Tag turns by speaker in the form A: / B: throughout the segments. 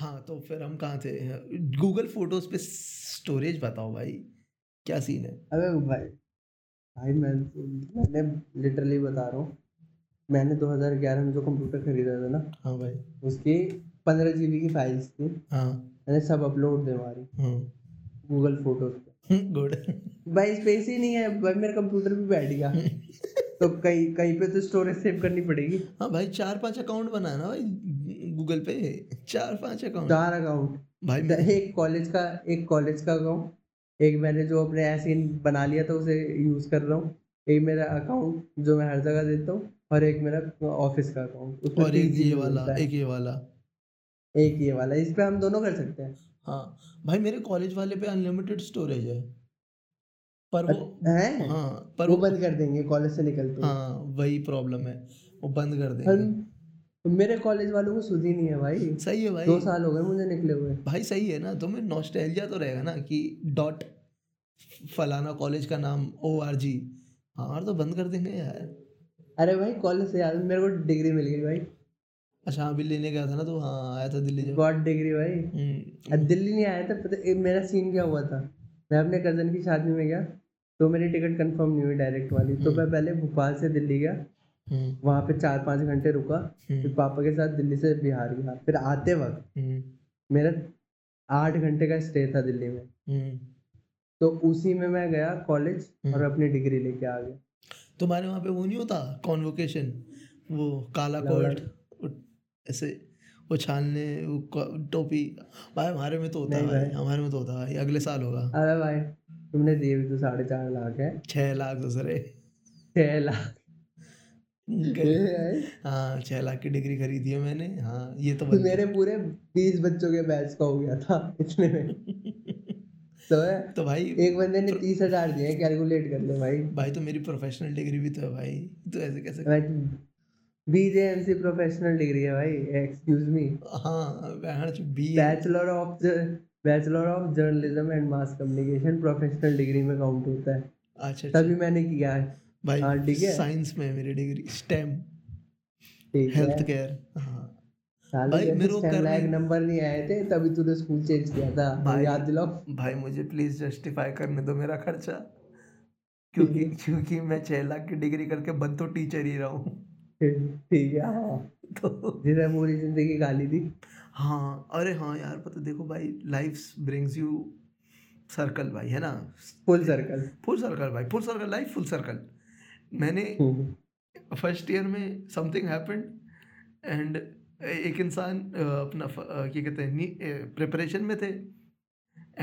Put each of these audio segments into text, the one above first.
A: हाँ तो फिर हम कहाँ थे गूगल फोटोज पे स्टोरेज बताओ भाई क्या सीन है
B: अबे भाई भाई मैं मैंने लिटरली बता रहा हूँ मैंने 2011 में जो कंप्यूटर खरीदा था ना
A: हाँ भाई
B: उसकी पंद्रह जी की फाइल्स थी
A: हाँ हम्म,
B: मैंने सब अपलोड दी हमारी गूगल फोटोज पे
A: गुड
B: भाई स्पेस ही नहीं है भाई मेरा कंप्यूटर भी बैठ गया तो कहीं कहीं पे तो स्टोरेज सेव करनी पड़ेगी
A: हाँ भाई चार पांच अकाउंट बनाया ना भाई गूगल पे चार पांच अकाउंट
B: चार अकाउंट
A: भाई मैं
B: एक कॉलेज का एक कॉलेज का अकाउंट एक मैंने जो अपने ऐसे ही बना लिया था उसे यूज़ कर रहा हूँ एक मेरा अकाउंट जो मैं हर जगह देता हूँ और एक मेरा ऑफिस का अकाउंट उसमें
A: और
B: तीन
A: एक ये
B: GB
A: वाला
B: मिलता है।
A: एक ये वाला
B: एक ये वाला इस पे हम दोनों कर सकते हैं
A: हाँ भाई मेरे कॉलेज वाले पे अनलिमिटेड स्टोरेज है पर वो
B: हैं
A: हाँ पर
B: अच्छा। वो
A: वो
B: बंद कर देंगे कॉलेज से निकलते ही।
A: हाँ वही प्रॉब्लम है वो बंद कर देंगे
B: हम मेरे कॉलेज वालों को सुध ही नहीं है भाई
A: सही है भाई
B: दो साल हो गए मुझे निकले हुए
A: भाई सही है ना तुम्हें नॉस्टैल्जिया तो रहेगा ना कि डॉट फलाना कॉलेज का नाम ओ आर जी हाँ तो बंद कर देंगे यार
B: अरे भाई कॉलेज से याद मेरे को डिग्री मिल गई भाई
A: अच्छा अभी लेने गया था ना तो हाँ आया था दिल्ली जब
B: गॉड डिग्री भाई
A: हम्म,
B: अब दिल्ली नहीं आया था पता ए, मेरा सीन क्या हुआ था मैं अपने कज़न की शादी में गया तो मेरी टिकट कंफर्म नहीं हुई डायरेक्ट वाली तो मैं पहले भोपाल से दिल्ली गया
A: हम्म,
B: वहाँ पे चार पाँच घंटे रुका फिर
A: हम्म,
B: पापा के साथ दिल्ली से बिहार गया फिर आते वक्त
A: हम्म,
B: मेरा आठ घंटे का स्टे था दिल्ली में
A: हम्म।
B: तो उसी में मैं गया कॉलेज और अपनी डिग्री लेके आ गया
A: तुम्हारे वहाँ पे वो नहीं होता कॉन्वोकेशन वो काला
B: लवड़ा।
A: कोट वो ऐसे वो छानने वो क- टोपी भाई हमारे में तो होता है
B: नहीं
A: भाई
B: भाई।
A: हमारे में तो होता है अगले साल होगा
B: अरे भाई तुमने दिए भी तो साढ़े चार लाख है
A: छः लाख दूसरे
B: छः लाख ये है।
A: हाँ छः लाख की डिग्री खरीदी है मैंने हाँ ये तो
B: तो
A: बनती है।
B: मेरे पूरे बीस बच्चों के बैच का हो गया था इतने में तो है
A: तो भाई
B: एक बंदे ने तीस हजार दिए कैलकुलेट कर लो भाई
A: भाई तो मेरी प्रोफेशनल डिग्री भी तो है भाई तो ऐसे कैसे
B: बीजेएमसी प्रोफेशनल डिग्री है भाई एक्सक्यूज मी
A: हाँ B
B: bachelor of bachelor of journalism and mass communication professional degree में काउंट होता है
A: अच्छा अच्छा
B: तभी मैंने किया है हाँ,
A: भाई
B: ठीक है।
A: साइंस में है मेरी डिग्री स्टेम
B: ठीक है
A: हेल्थ केयर हाँ
B: साले
A: भाई,
B: जैसे
A: मेरे को
B: 10 लाख
A: करने-
B: नंबर नहीं आए थे तभी तूने स्कूल चेंज किया था
A: भाई।
B: याद दिलाओ
A: भाई मुझे प्लीज़ जस्टिफाई करने दो मेरा खर्चा क्योंकि
B: हम्म।
A: क्योंकि मैं छः लाख की डिग्री करके बन तो टीचर ही रहा हूँ
B: ठीक है हाँ
A: तो
B: जिसे पूरी जिंदगी गाली दी
A: हाँ अरे हाँ यार पता देखो भाई लाइफ ब्रिंग्स यू सर्कल भाई है ना
B: फुल सर्कल
A: फुल सर्कल भाई full circle life full circle मैंने फर्स्ट ईयर में समथिंग हैपेंड एंड एक इंसान अ, अपना फ- अ, क्या कहते हैं प्रिपरेशन में थे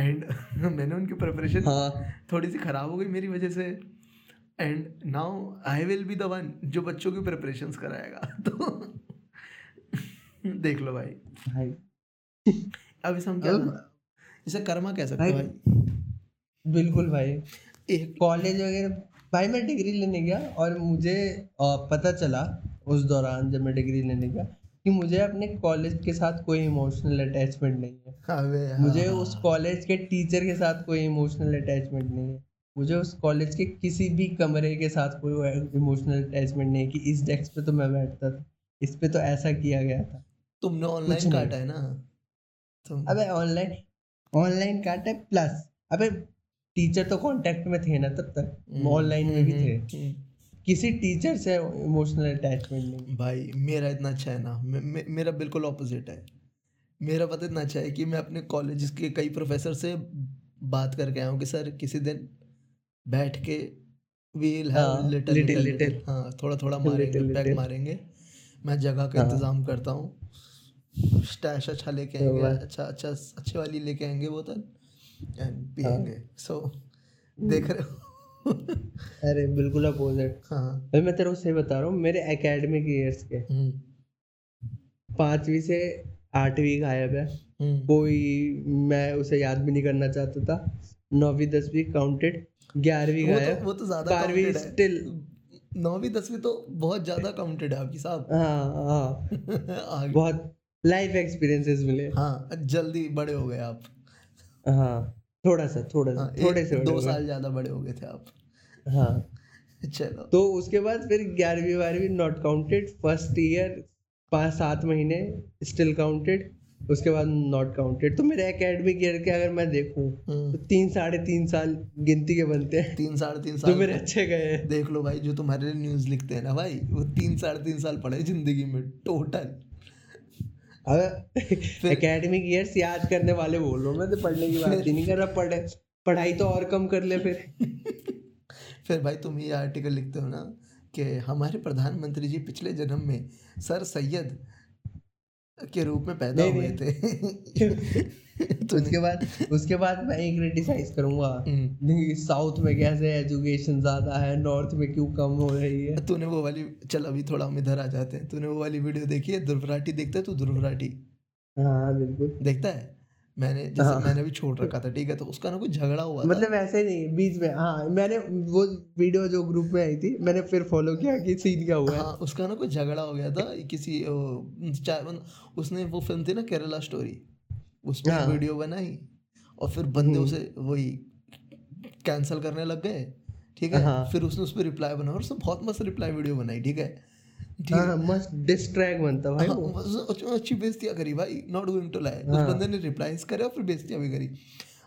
A: एंड मैंने उनकी प्रिपरेशन
B: हाँ
A: थोड़ी सी ख़राब हो गई मेरी वजह से and now I will be the one जो बच्चों की प्रिपरेशन कराएगा तो देख लो भाई
B: भाई
A: अब इसे हम क्या
B: अब-
A: इसे कर्मा कह सकते हैं
B: भाई-
A: भाई
B: बिल्कुल भाई
A: एक
B: कॉलेज वगैरह भाई मैं डिग्री लेने गया और मुझे अ, पता चला उस दौरान जब मैं डिग्री लेने गया कि मुझे अपने कॉलेज के साथ कोई इमोशनल अटैचमेंट नहीं है
A: अबे हाँ,
B: मुझे उस कॉलेज के टीचर के साथ कोई इमोशनल अटैचमेंट नहीं है मुझे उस कॉलेज के किसी भी कमरे के साथ कोई इमोशनल अटैचमेंट नहीं है कि इस डेस्क पे तो मैं बैठता था इस पे तो ऐसा किया गया था
A: तुमने
B: कुछ
A: ऑनलाइन
B: नहीं।
A: काटा है ना तुम
B: अबे ऑनलाइन ऑनलाइन काटा प्लस तो अबे टीचर तो कांटेक्ट में थे ना तब तक
A: हम्म,
B: ऑनलाइन में भी
A: हम्म,
B: थे
A: हम्म।
B: किसी टीचर से इमोशनल अटैचमेंट नहीं
A: भाई मेरा इतना अच्छा है ना मे, मे, मेरा बिल्कुल ऑपोजिट है मेरा पता इतना अच्छा है कि मैं अपने कॉलेज के कई प्रोफेसर से बात करके आया हूँ कि सर किसी दिन बैठ के वील
B: हाँ,
A: have little
B: little,
A: little
B: little.
A: Little हाँ थोड़ा थोड़ा मारेंगे
B: Little,
A: पैक
B: little.
A: मारेंगे मैं जगह का
B: हाँ।
A: इंतजाम करता हूँ स्टैश अच्छा लेके
B: तो
A: आएंगे
B: वह- हाँ।
A: अच्छा अच्छा अच्छे वाली लेके आएंगे बोतल एंड पियेंगे सो
B: हम्म।
A: देख रहे हो
B: अरे बिल्कुल अपोजिट
A: हाँ
B: भाई मैं तेरे को सही बता रहा हूँ मेरे एकेडमिक ईयर्स के
A: हम्म
B: पाँचवीं से आठवीं गायब है
A: हम्म
B: कोई मैं उसे याद भी नहीं करना चाहता था नौवीं दसवीं काउंटेड ग्यारहवीं
A: वो तो
B: गायब
A: वो तो ज्यादा
B: बारहवीं
A: counted है।
B: स्टिल
A: नौवीं दसवीं तो बहुत ज्यादा काउंटेड है आपकी साहब
B: हाँ हाँ
A: आगे-
B: बहुत लाइफ एक्सपीरियंसेस मिले
A: हाँ जल्दी बड़े हो गए आप
B: हाँ थोड़ा सा थोड़ा सा
A: हाँ, एक-
B: थोड़े से बड़े
A: दो
B: हो गए।
A: साल ज्यादा बड़े हो गए थे आप
B: हाँ
A: चलो
B: तो उसके बाद फिर ग्यारहवीं बारहवीं नॉट काउंटेड फर्स्ट ईयर पाँच सात महीने स्टिल काउंटेड उसके बाद नॉट काउंटेड तो मेरे एकेडमिक ईयर के अगर मैं देखूं तो तीन साढ़े तीन साल गिनती के बनते हैं
A: हम्म, तीन साढ़े तीन
B: तो जो
A: साल
B: मेरे अच्छे गए हैं
A: देख लो भाई जो तुम्हारे लिए न्यूज़ लिखते हैं ना भाई वो तीन साढ़े तीन साल पढ़े जिंदगी में टोटल
B: अगर
A: फिर-
B: एकेडमिक ईयर्स याद करने वाले बोल रहा हूँ मैं तो पढ़ने की बात ही नहीं कर रहा पढ़े पढ़ाई तो और कम कर ले फिर
A: फिर भाई तुम ये आर्टिकल लिखते हो ना कि हमारे प्रधानमंत्री जी पिछले जन्म में सर सैयद के रूप में पैदा
B: नहीं,
A: हुए
B: नहीं।
A: थे तो
B: उसके बाद उसके बाद मैं एक क्रिटिसाइज करूंगा
A: हम्म,
B: नहीं, साउथ में कैसे एजुकेशन ज्यादा है नॉर्थ में क्यों कम हो रही है
A: तूने वो वाली चल अभी थोड़ा हम इधर आ जाते हैं तूने वो वाली वीडियो देखी है ध्रुवराठी देखता है तू ध्रुवराठी
B: हाँ बिल्कुल
A: देखता है मैंने जैसे
B: हाँ।
A: मैंने भी छोड़ रखा था ठीक है तो उसका ना कुछ झगड़ा हुआ था
B: मतलब ऐसे ही नहीं बीच में हाँ मैंने वो वीडियो जो ग्रुप में आई थी मैंने फिर फॉलो किया कि सीन क्या हुआ है
A: हाँ उसका ना कुछ झगड़ा हो गया था किसी अ, चा- मतलब उसने वो फिल्म थी ना केरला स्टोरी उसमें
B: हाँ। हम्म।
A: वीडियो बनाई और फिर बंदे उसे वही कैंसिल करने लग गए ठीक है
B: हाँ।
A: फिर उसने उस पर रिप्लाई बनाया और उसने बहुत मस्त रिप्लाई वीडियो बनाई ठीक है ठीक
B: हाँ मस्त डिस्ट्रैक्ट बनता भाई
A: हाँ,
B: वो
A: बस अच्छी- अच्छी बेइज्जतियाँ करी भाई नॉट गोइंग टू लाई उस
B: हाँ।
A: बंदे ने रिप्लाईज करे और फिर बेइज्जतियाँ भी करी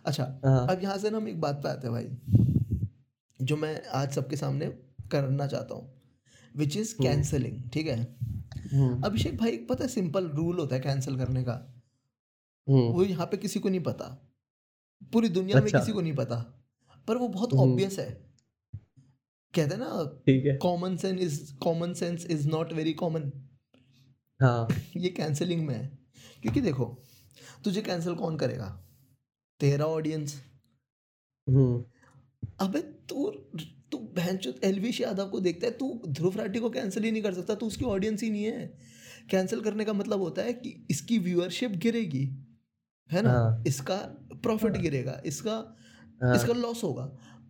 A: अच्छा
B: हाँ।
A: अब यहाँ से ना हम एक बात पे आते हैं भाई जो मैं आज सबके सामने करना चाहता हूँ विच इज़ कैंसलिंग ठीक है
B: हम्म,
A: अभिषेक भाई एक पता है सिंपल रूल होता है कैंसिल करने का
B: हम्म,
A: वो यहाँ पे किसी को नहीं पता पूरी दुनिया में
B: अच्छा।
A: किसी को नहीं पता पर वो बहुत
B: हम्म।
A: ऑब्वियस है कहते हैं ना
B: ठीक है
A: common sense is common sense is not very common
B: हाँ
A: ये कैंसिलिंग में है क्योंकि देखो तुझे कैंसिल कौन करेगा तेरा ऑडियंस
B: हम्म,
A: अबे तू तू बहनचोद एलवेश यादव को देखता है तू ध्रुव राठी को कैंसिल ही नहीं कर सकता तू उसकी ऑडियंस ही नहीं है कैंसिल करने का मतलब होता है कि इसकी व्यूअरशिप गिरेगी है ना
B: हाँ।
A: इसका प्रॉफिट गिरेगा इसका
B: हाँ, हम्म।
A: इसका लॉस होगा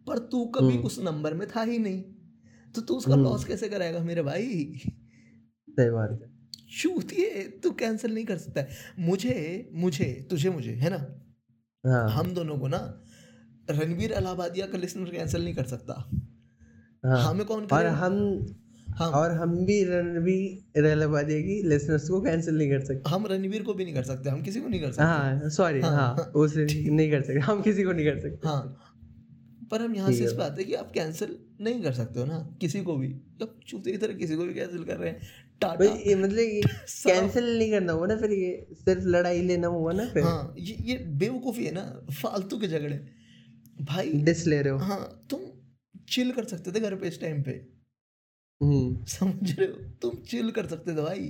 A: पर तू कभी उस नंबर में था ही नहीं तो तू उसका लॉस कैसे कराएगा मेरे भाई
B: सही बात है
A: चूती है तू कैंसिल नहीं कर सकता है मुझे मुझे तुझे मुझे है ना
B: हाँ
A: हम दोनों को ना रणवीर अलाहाबादिया का लिसनर कैंसिल नहीं कर सकता
B: हाँ
A: हमें कौन
B: और
A: करे
B: हम
A: हम
B: और हम भी रणवीर रहलबादिया की लिसनर्स को कैंसिल नहीं कर सकते
A: हम रणवीर को भी नहीं कर सकते हम किसी को नहीं कर सकते
B: हाँ सॉरी
A: हाँ,
B: हाँ उसे नहीं कर सकते हम किसी को नहीं कर सकते
A: हाँ पर हम यहाँ
B: ठीक
A: से
B: है
A: इस पे आते हैं कि आप कैंसिल नहीं कर सकते हो ना किसी को भी अब चूते की तरह किसी को भी कैंसिल कर रहे हैं
B: भाई
A: टाटा
B: ये मतलब ये कैंसिल नहीं करना हुआ ना फिर ये सिर्फ लड़ाई लेना हुआ ना फिर
A: हाँ ये ये बेवकूफ़ी है ना फालतू के झगड़े भाई
B: डिस ले रहे हो
A: हाँ तुम चिल कर सकते थे घर पे इस टाइम पे
B: हम्म
A: समझ रहे हो तुम चिल कर सकते थे भाई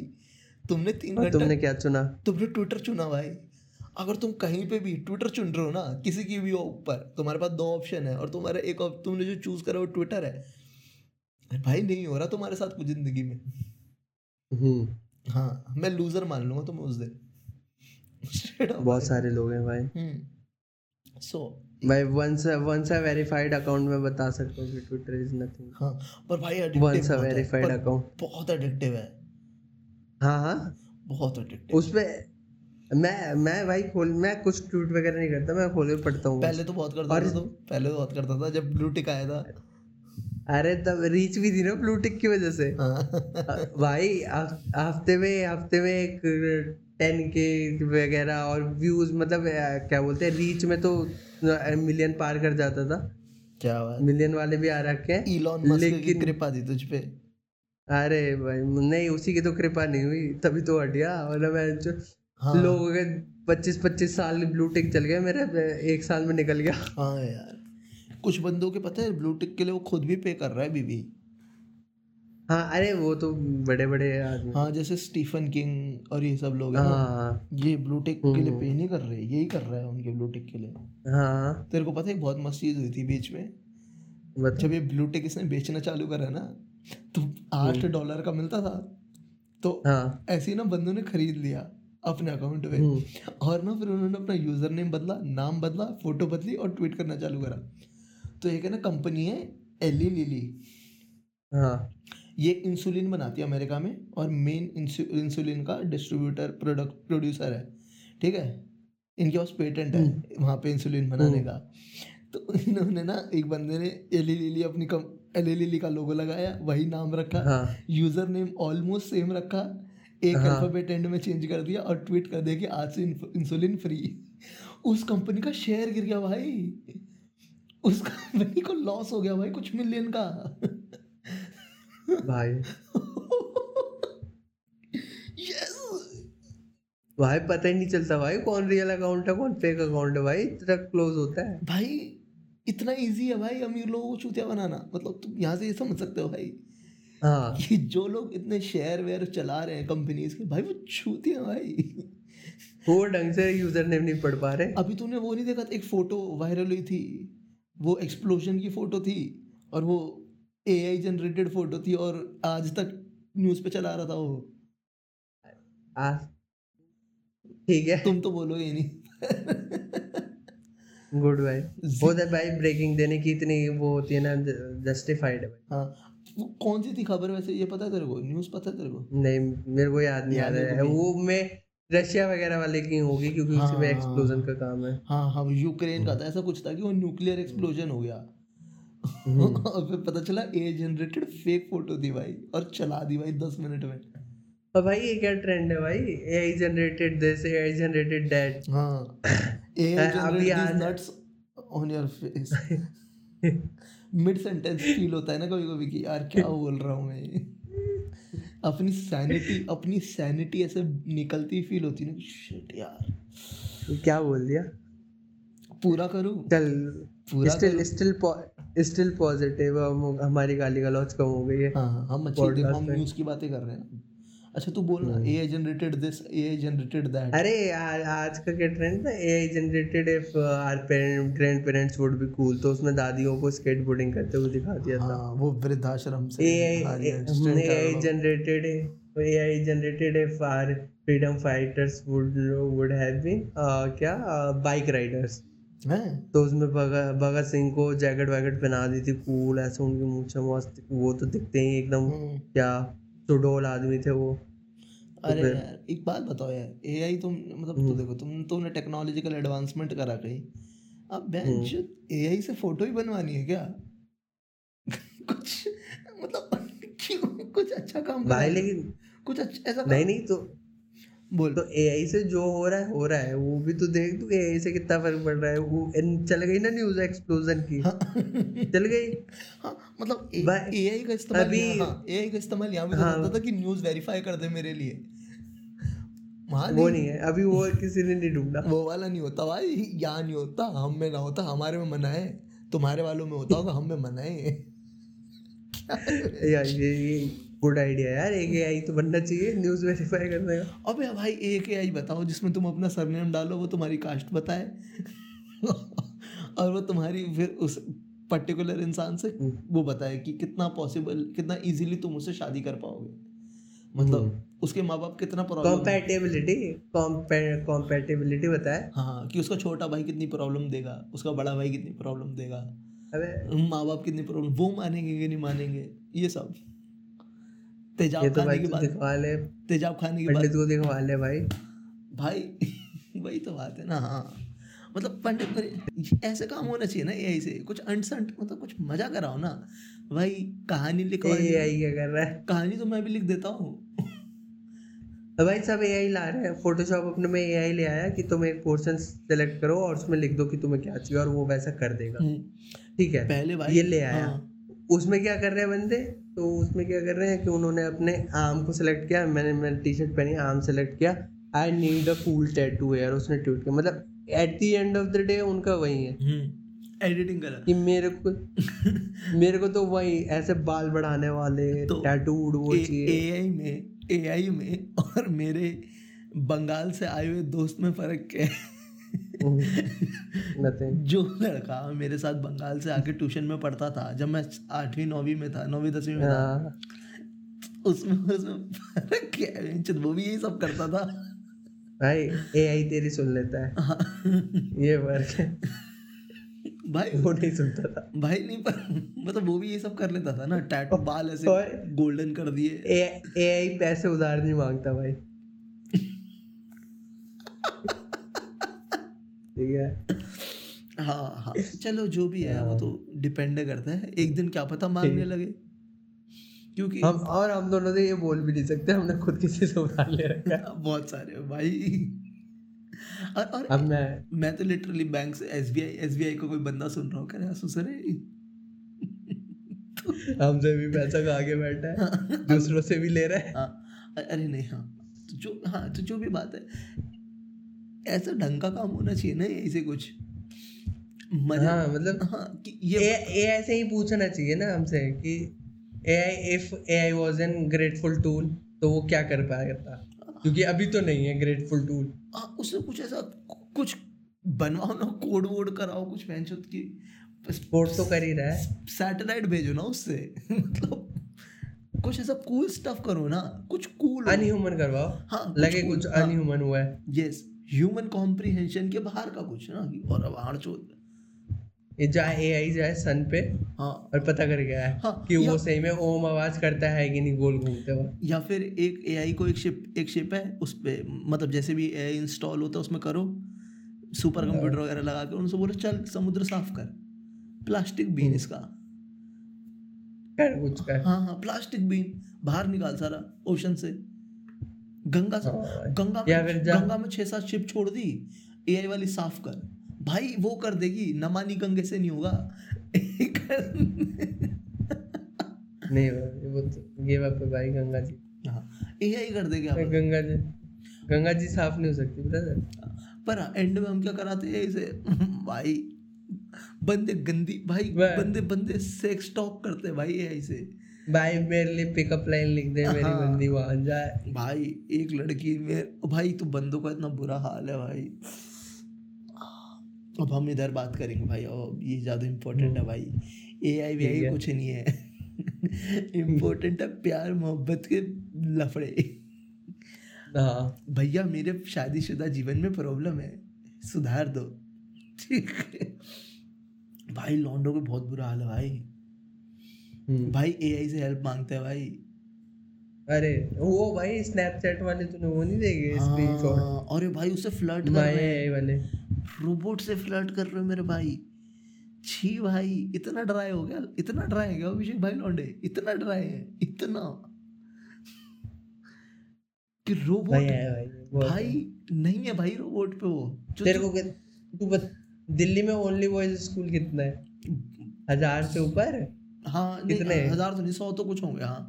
A: तुमने तीन
B: और
A: घंटा
B: तुमने क्या चुना
A: तुमने ट्विटर चुना भाई अगर तुम कहीं पे भी ट्विटर चुन रहे हो ना किसी की भी ऊपर तुम्हारे पास दो ऑप्शन है और तुम्हारा एक op- तुमने जो चूज करा वो ट्विटर है अरे भाई नहीं हो रहा तुम्हारे साथ कुछ जिंदगी में
B: हम्म
A: हाँ मैं लूजर मान लूंगा तुम्हें उस दिन
B: बहुत सारे लोग हैं भाई
A: सो
B: भाई once once a verified account में बता सकता हूँ कि ट्विटर इज नथिंग
A: हाँ पर भाई
B: once a
A: addictive
B: verified account
A: बहुत एडिक्टिव है
B: हाँ हाँ
A: बहुत एडिक्टिव
B: उस पे मैं मैं भाई खोल मैं कुछ ट्वीट वगैरह नहीं करता मैं खोल के पढ़ता हूँ
A: पहले तो बहुत करता
B: और-
A: था तू पहले तो बहुत करता था जब ब्लू टिक आया था
B: अरे तब रीच भी थी ना ब्लू टिक की वजह से
A: हाँ
B: भाई हफ- हफ्ते में हफ्ते में एक टेन के वगैरह और व्यूज मतलब अ, क्या बोलते हैं रीच में तो मिलियन पार कर जाता था
A: क्या बात
B: मिलियन वाले भी आ रखे हैं
A: इलॉन मस्क की
B: लेकिन-
A: कृपा थी तुझ पे
B: अरे भाई नहीं उसी की तो कृपा नहीं हुई तभी तो हट गया वरना मैं जो
A: हाँ
B: लोगों के पच्चीस पच्चीस साल ब्लू टिक चल गया मेरा अ, एक साल में निकल गया
A: हाँ यार कुछ बंदों के पता है ब्लू टिक के लिए वो खुद भी पे कर रहा है बीबी
B: हाँ अरे वो तो बड़े बड़े आदमी
A: हाँ जैसे स्टीफन किंग और ये सब लोग हैं
B: हाँ हम्म।
A: ना
B: हाँ,
A: ये ब्लू टिक के लिए पे नहीं कर रहे यही कर रहा है उनके ब्लू टिक के लिए
B: हाँ
A: तेरे को पता है एक बहुत मस्त चीज हुई थी बीच में
B: बता
A: जब ये ब्लू टिक इसने बेचना चालू करा ना तो आठ डॉलर का मिलता था तो
B: हम्म। हाँ
A: ऐसे ही ना बंदों ने खरीद लिया अपने अकाउंट पे
B: हम्म।
A: और ना फिर उन्होंने अपना यूजर नेम बदला नाम बदला फोटो बदली और ट्वीट करना चालू करा तो एक है ना कंपनी है एली लिली
B: हाँ
A: ये इंसुलिन बनाती है अमेरिका में और मेन इंसुलिन का डिस्ट्रीब्यूटर प्रोडक्ट प्रोड्यूसर है ठीक है इनके पास पेटेंट है वहाँ पे इंसुलिन बनाने का तो इन्होंने ना एक बंदे ने एली लिली अपनी E कम एली लिली का लोगो लगाया वही नाम रखा
B: हाँ
A: यूजर नेम ऑलमोस्ट सेम रखा एक
B: हाँ।
A: अल्फाबेट एंड में चेंज कर दिया और ट्वीट कर दिया कि आज से इंसुलिन फ्री उस कंपनी का शेयर गिर गया भाई उस कंपनी को लॉस हो गया भाई कुछ मिलियन का
B: भाई
A: यस
B: भाई पता ही नहीं चलता भाई कौन रियल अकाउंट है कौन फेक अकाउंट है भाई इतना क्लोज होता है
A: भाई इतना इजी है भाई अमीर लोगों को चूतिया बनाना मतलब तुम यहाँ से ये समझ सकते हो भाई
B: हाँ
A: कि जो लोग इतने शेयर वेयर चला रहे हैं कंपनीज के भाई वो चूतिया भाई
B: वो ढंग से यूजर नेम नहीं पढ़ पा रहे
A: अभी तूने वो नहीं देखा था, एक फोटो वायरल हुई थी वो एक्सप्लोजन की फोटो थी और वो एआई जनरेटेड फोटो थी और आज तक न्यूज पे चला रहा था वो
B: आ, ठीक है
A: तुम तो बोलोगे ही नहीं
B: गुड भाई वो तो भाई ब्रेकिंग देने की इतनी वो होती है ना जस्टिफाइड है भाई
A: हाँ वो कौन सी थी खबर वैसे ये पता है तेरे को न्यूज पता है तेरे को
B: नहीं मेरे को याद नहीं आ
A: याद
B: रहा
A: है
B: है
A: तुम्हें?
B: वो मैं रशिया वगैरह वाले की होगी क्योंकि उसी में
A: हाँ।
B: एक्सप्लोजन का काम है
A: हाँ हाँ वो यूक्रेन का था ऐसा कुछ था कि वो न्यूक्लियर एक्सप्लोजन हो गया
B: हम्म।
A: और फिर पता चला ए जनरेटेड फेक फोटो थी भाई और चला दी भाई दस मिनट में
B: और भाई ये क्या ट्रेंड है भाई AI generated this AI generated that
A: हाँ
B: हाँ,
A: एयर
B: अभी आज-
A: nuts on your face mid sentence feel होता है ना कभी कभी कि यार क्या बोल रहा हूँ मैं ये? अपनी सैनिटी अपनी सैनिटी ऐसे निकलती फील होती है ना शिट यार
B: क्या बोल दिया
A: पूरा करूँ
B: चल
A: पूरा
B: स्टिल स्टिल स्टिल पॉजिटिव हम हमारी गाली गलौज कम हो गई है
A: हाँ हाँ, हम अच्छे देखो हम न्यूज़ की बातें कर रहे हैं ना। अच्छा तू बोल
B: हाँ।
A: ना AI generated this AI generated that
B: अरे यार आज का क्या ट्रेंड था AI generated if our parent grandparents would be cool तो उसमें दादियों को स्केटबोर्डिंग करते हुए दिखा दिया था
A: हाँ वो वृद्धाश्रम से हाँ,
B: एआई
A: ये instant कर
B: एआई
A: लो।
B: Generated AI generated if our freedom fighters would would have been uh, क्या बाइक राइडर्स
A: हैं?
B: तो उसमें भगत भगत सिंह को जैकेट वैकेट पहना दी थी कूल ऐसे उनकी मूछें मस्त वो तो दिखते ही एकदम
A: हम्म।
B: क्या सुडोल आदमी थे वो
A: अरे
B: तो फिर- हम्म।
A: यार एक बात बताओ यार एआई तुम मतलब तो देखो तुम तुमने टेक्नोलॉजिकल एडवांसमेंट करा कहीं अब
B: हम्म।
A: बेंच एआई से फोटो ही बनवानी है क्या कुछ मतलब क्यों कुछ अच्छा काम करा
B: भाई
A: लो।
B: लेकिन
A: कुछ अच्छा ऐसा
B: नहीं नहीं तो
A: काम- बोल
B: तो एआई से जो हो रहा है हो रहा है वो भी तो देख तू एआई से कितना फर्क पड़ रहा है वो इन- चल गई ना न्यूज एक्सप्लोजन की
A: हाँ
B: चल गई
A: हाँ, मतलब
B: भाई,
A: एआई का इस्तेमाल
B: अभी-
A: यहाँ- हाँ एआई का इस्तेमाल यहाँ भी तो
B: हाँ।
A: होता था कि न्यूज़ वेरीफाई कर दे मेरे लिए वहाँ
B: वो
A: नहीं
B: नहीं है अभी वो किसी ने नहीं ढूंढा
A: वो वाला नहीं होता भाई यहाँ नहीं होता हम में ना होता हमारे में मना है तुम्हारे वालों में होता होगा हम में मना है
B: यार ये ये गुड आइडिया यार एक एआई तो बनना चाहिए न्यूज वेरीफाई करने का
A: अबे भाई एक आई बताओ जिसमें तुम अपना सरनेम डालो वो तुम्हारी कास्ट बताए और वो तुम्हारी फिर उस पर्टिकुलर इंसान से
B: हम्म।
A: वो बताए कि कितना पॉसिबल कितना इजीली तुम उससे शादी कर पाओगे
B: हम्म।
A: मतलब उसके माँ बाप कितना
B: तो
A: प्रॉब्लम
B: कॉम्पैटिबिलिटी कॉम्पैटिबिलिटी बताए
A: हाँ कि उसका छोटा भाई कितनी प्रॉब्लम देगा उसका बड़ा भाई कितनी प्रॉब्लम देगा
B: अबे
A: माँ बाप कितनी प्रॉब्लम वो मानेंगे कि नहीं मानेंगे ये सब तेजाब
B: ये तो
A: खाने
B: भाई
A: की
B: तू
A: बात
B: दिखवा ले
A: तेजाब खाने की बात
B: पंडित को दिखवा ले भाई
A: भाई वही तो बात है ना हाँ मतलब पंडित पर ऐसे काम होना चाहिए ना एआई से कुछ अनसंट मतलब कुछ मजा कराओ ना भाई कहानी लिखवा
B: एआई क्या कर रहा है
A: कहानी तो मैं भी लिख देता हूँ
B: तो भाई सब एआई ला रहे हैं फोटोशॉप अपने में एआई ले आया कि तुम एक पोर्शन सेलेक्ट करो और उसमें लिख दो कि तुम्हें क्या चाहिए और वो वैसा कर देगा ठीक है
A: हम्म, पहले भाई
B: अच्छा। ये ले आया
A: हाँ।
B: उसमें क्या कर रहे हैं बंदे तो उसमें क्या कर रहे हैं कि उन्होंने अपने आर्म को सेलेक्ट किया मैंने मैंने टी शर्ट पहनी आर्म सेलेक्ट किया I need a cool tattoo यार उसने ट्वीट किया मतलब at the end of the day उनका वही है
A: एडिटिंग हम्म, करा
B: कि मेरे को मेरे को तो वही ऐसे बाल बढ़ाने वाले
A: तो
B: टैटू वो चाहिए
A: एआई में एआई में और मेरे बंगाल से आए हुए दोस्त में फर्क क्या है
B: नथिंग
A: जो लड़का मेरे साथ बंगाल से आके ट्यूशन में पढ़ता था जब मैं आठवीं नौवीं में था नौवीं दसवीं में था
B: हाँ।
A: उसमें उसमें फर्क क्या है बेंचोद? वो भी यही सब करता था
B: भाई एआई तेरी सुन लेता है
A: हाँ।
B: ये वर्क है
A: भाई
B: वो नहीं सुनता था
A: भाई नहीं पर मतलब वो भी ये सब कर लेता था ना टैटू बाल ऐसे
B: और-
A: गोल्डन कर दिए
B: ए आई पैसे उधार नहीं मांगता भाई ठीक है
A: हाँ हाँ चलो जो भी है वो तो डिपेंड करता है एक दिन क्या पता मांगने लगे क्योंकि
B: हम और हम दोनों तो ये बोल भी नहीं सकते हमने खुद किसी से उधार ले रखा है
A: बहुत सारे भाई और, और
B: अब मैं
A: मैं तो लिटरली बैंक से S B I S B I को कोई बंदा सुन रहा हूँ कह रहा सुसरे
B: हमसे भी पैसा खा के बैठा है दूसरों से भी ले रहा है
A: हाँ अ- अरे नहीं हाँ तो जो हाँ तो जो भी बात है ऐसा ढंग का काम होना चाहिए ना यही से कुछ मजा
B: हाँ मतलब
A: हाँ कि ये
B: एआई से ही पूछना चाहिए ना हमसे कि AI if AI was an grateful tool तो वो क्या कर पाएगा क्योंकि अभी तो नहीं है ग्रेटफुल टूल
A: हाँ उसने कुछ ऐसा कु- कुछ बनवाओ ना कोड वोड कराओ कुछ बेंच की
B: स्पोर्ट तो कर ही रहा है
A: सैटेलाइट भेजो ना उससे मतलब कुछ ऐसा कूल स्टफ करो ना कुछ कूल
B: अनह्यूमन करवाओ
A: हाँ
B: लगे कुछ अनह्यूमन हुआ है
A: यस ह्यूमन कॉम्प्रिहेंशन के बाहर का कुछ ना कि और अब हार चोद
B: ये जाए एआई जाए सन पे
A: हाँ
B: और पता कर गया है
A: हाँ,
B: कि वो
A: या-
B: सही में ओम आवाज करता है कि नहीं गोल घूमते हुए
A: या फिर एक एआई को एक शिप एक शिप है उस पे मतलब जैसे भी एआई इंस्टॉल होता है उसमें करो सुपर कंप्यूटर वगैरह लगा के उनसे बोलो चल समुद्र साफ कर प्लास्टिक बीन
B: हम्म।
A: इसका
B: कर कुछ कर
A: हाँ हाँ प्लास्टिक बीन बाहर निकाल सारा ओशन से गंगा से
B: हाँ।
A: गंगा
B: या
A: में
B: फिर जा-
A: गंगा में छह सात शिप छोड़ दी एआई वाली साफ कर भाई वो कर देगी नमानी गंगे से नहीं होगा
B: नहीं भाई वो तो ये बात पे भाई गंगा जी
A: एआई कर देगा
B: पर गंगा जी गंगा जी साफ नहीं हो सकती ब्रदर
A: पर एंड में हम क्या कराते हैं इसे भाई बंदे गंदी भाई
B: वह-
A: बंदे बंदे सेक्स टॉक करते हैं भाई एआई से
B: भाई मेरे लिए पिकअप लाइन लिख दे मेरी
A: हाँ।
B: बंदी वहां जाए
A: भाई एक लड़की में भाई तो बंदों का इतना बुरा हाल है भाई अब हम इधर बात करेंगे भाई और ये ज़्यादा इम्पोर्टेंट है भाई ए आई वी
B: हम्म। ठीक है।
A: कुछ नहीं है इम्पोर्टेंट है प्यार मोहब्बत के लफड़े
B: हाँ
A: भैया मेरे शादीशुदा जीवन में प्रॉब्लम है सुधार दो ठीक है भाई लॉन्डो का बहुत बुरा हाल है भाई
B: हम्म।
A: भाई एआई से हेल्प मांगते हैं भाई
B: अरे वो भाई स्नैपचैट वाले तूने वो नहीं देखे स्क्रीनशॉट
A: हाँ, अरे भाई उससे फ्लर्ट कर
B: माय
A: रहे
B: AI वाले
A: हैं रोबोट से फ्लर्ट कर रहे हो मेरे भाई छी भाई इतना ड्राई हो गया इतना ड्राई है क्या अभिषेक भाई लौंडे इतना ड्राई है इतना कि
B: भाई
A: रोबोट
B: है भाई बहुत
A: तो- भाई नहीं है भाई रोबोट पे वो
B: है।
A: जो
B: तेरे को कित- तू बत, दिल्ली में ओनली बॉयज स्कूल कितना है हजार से ऊपर
A: हाँ
B: कितने?
A: नहीं हजार तो नहीं सौ तो कुछ होंगे हाँ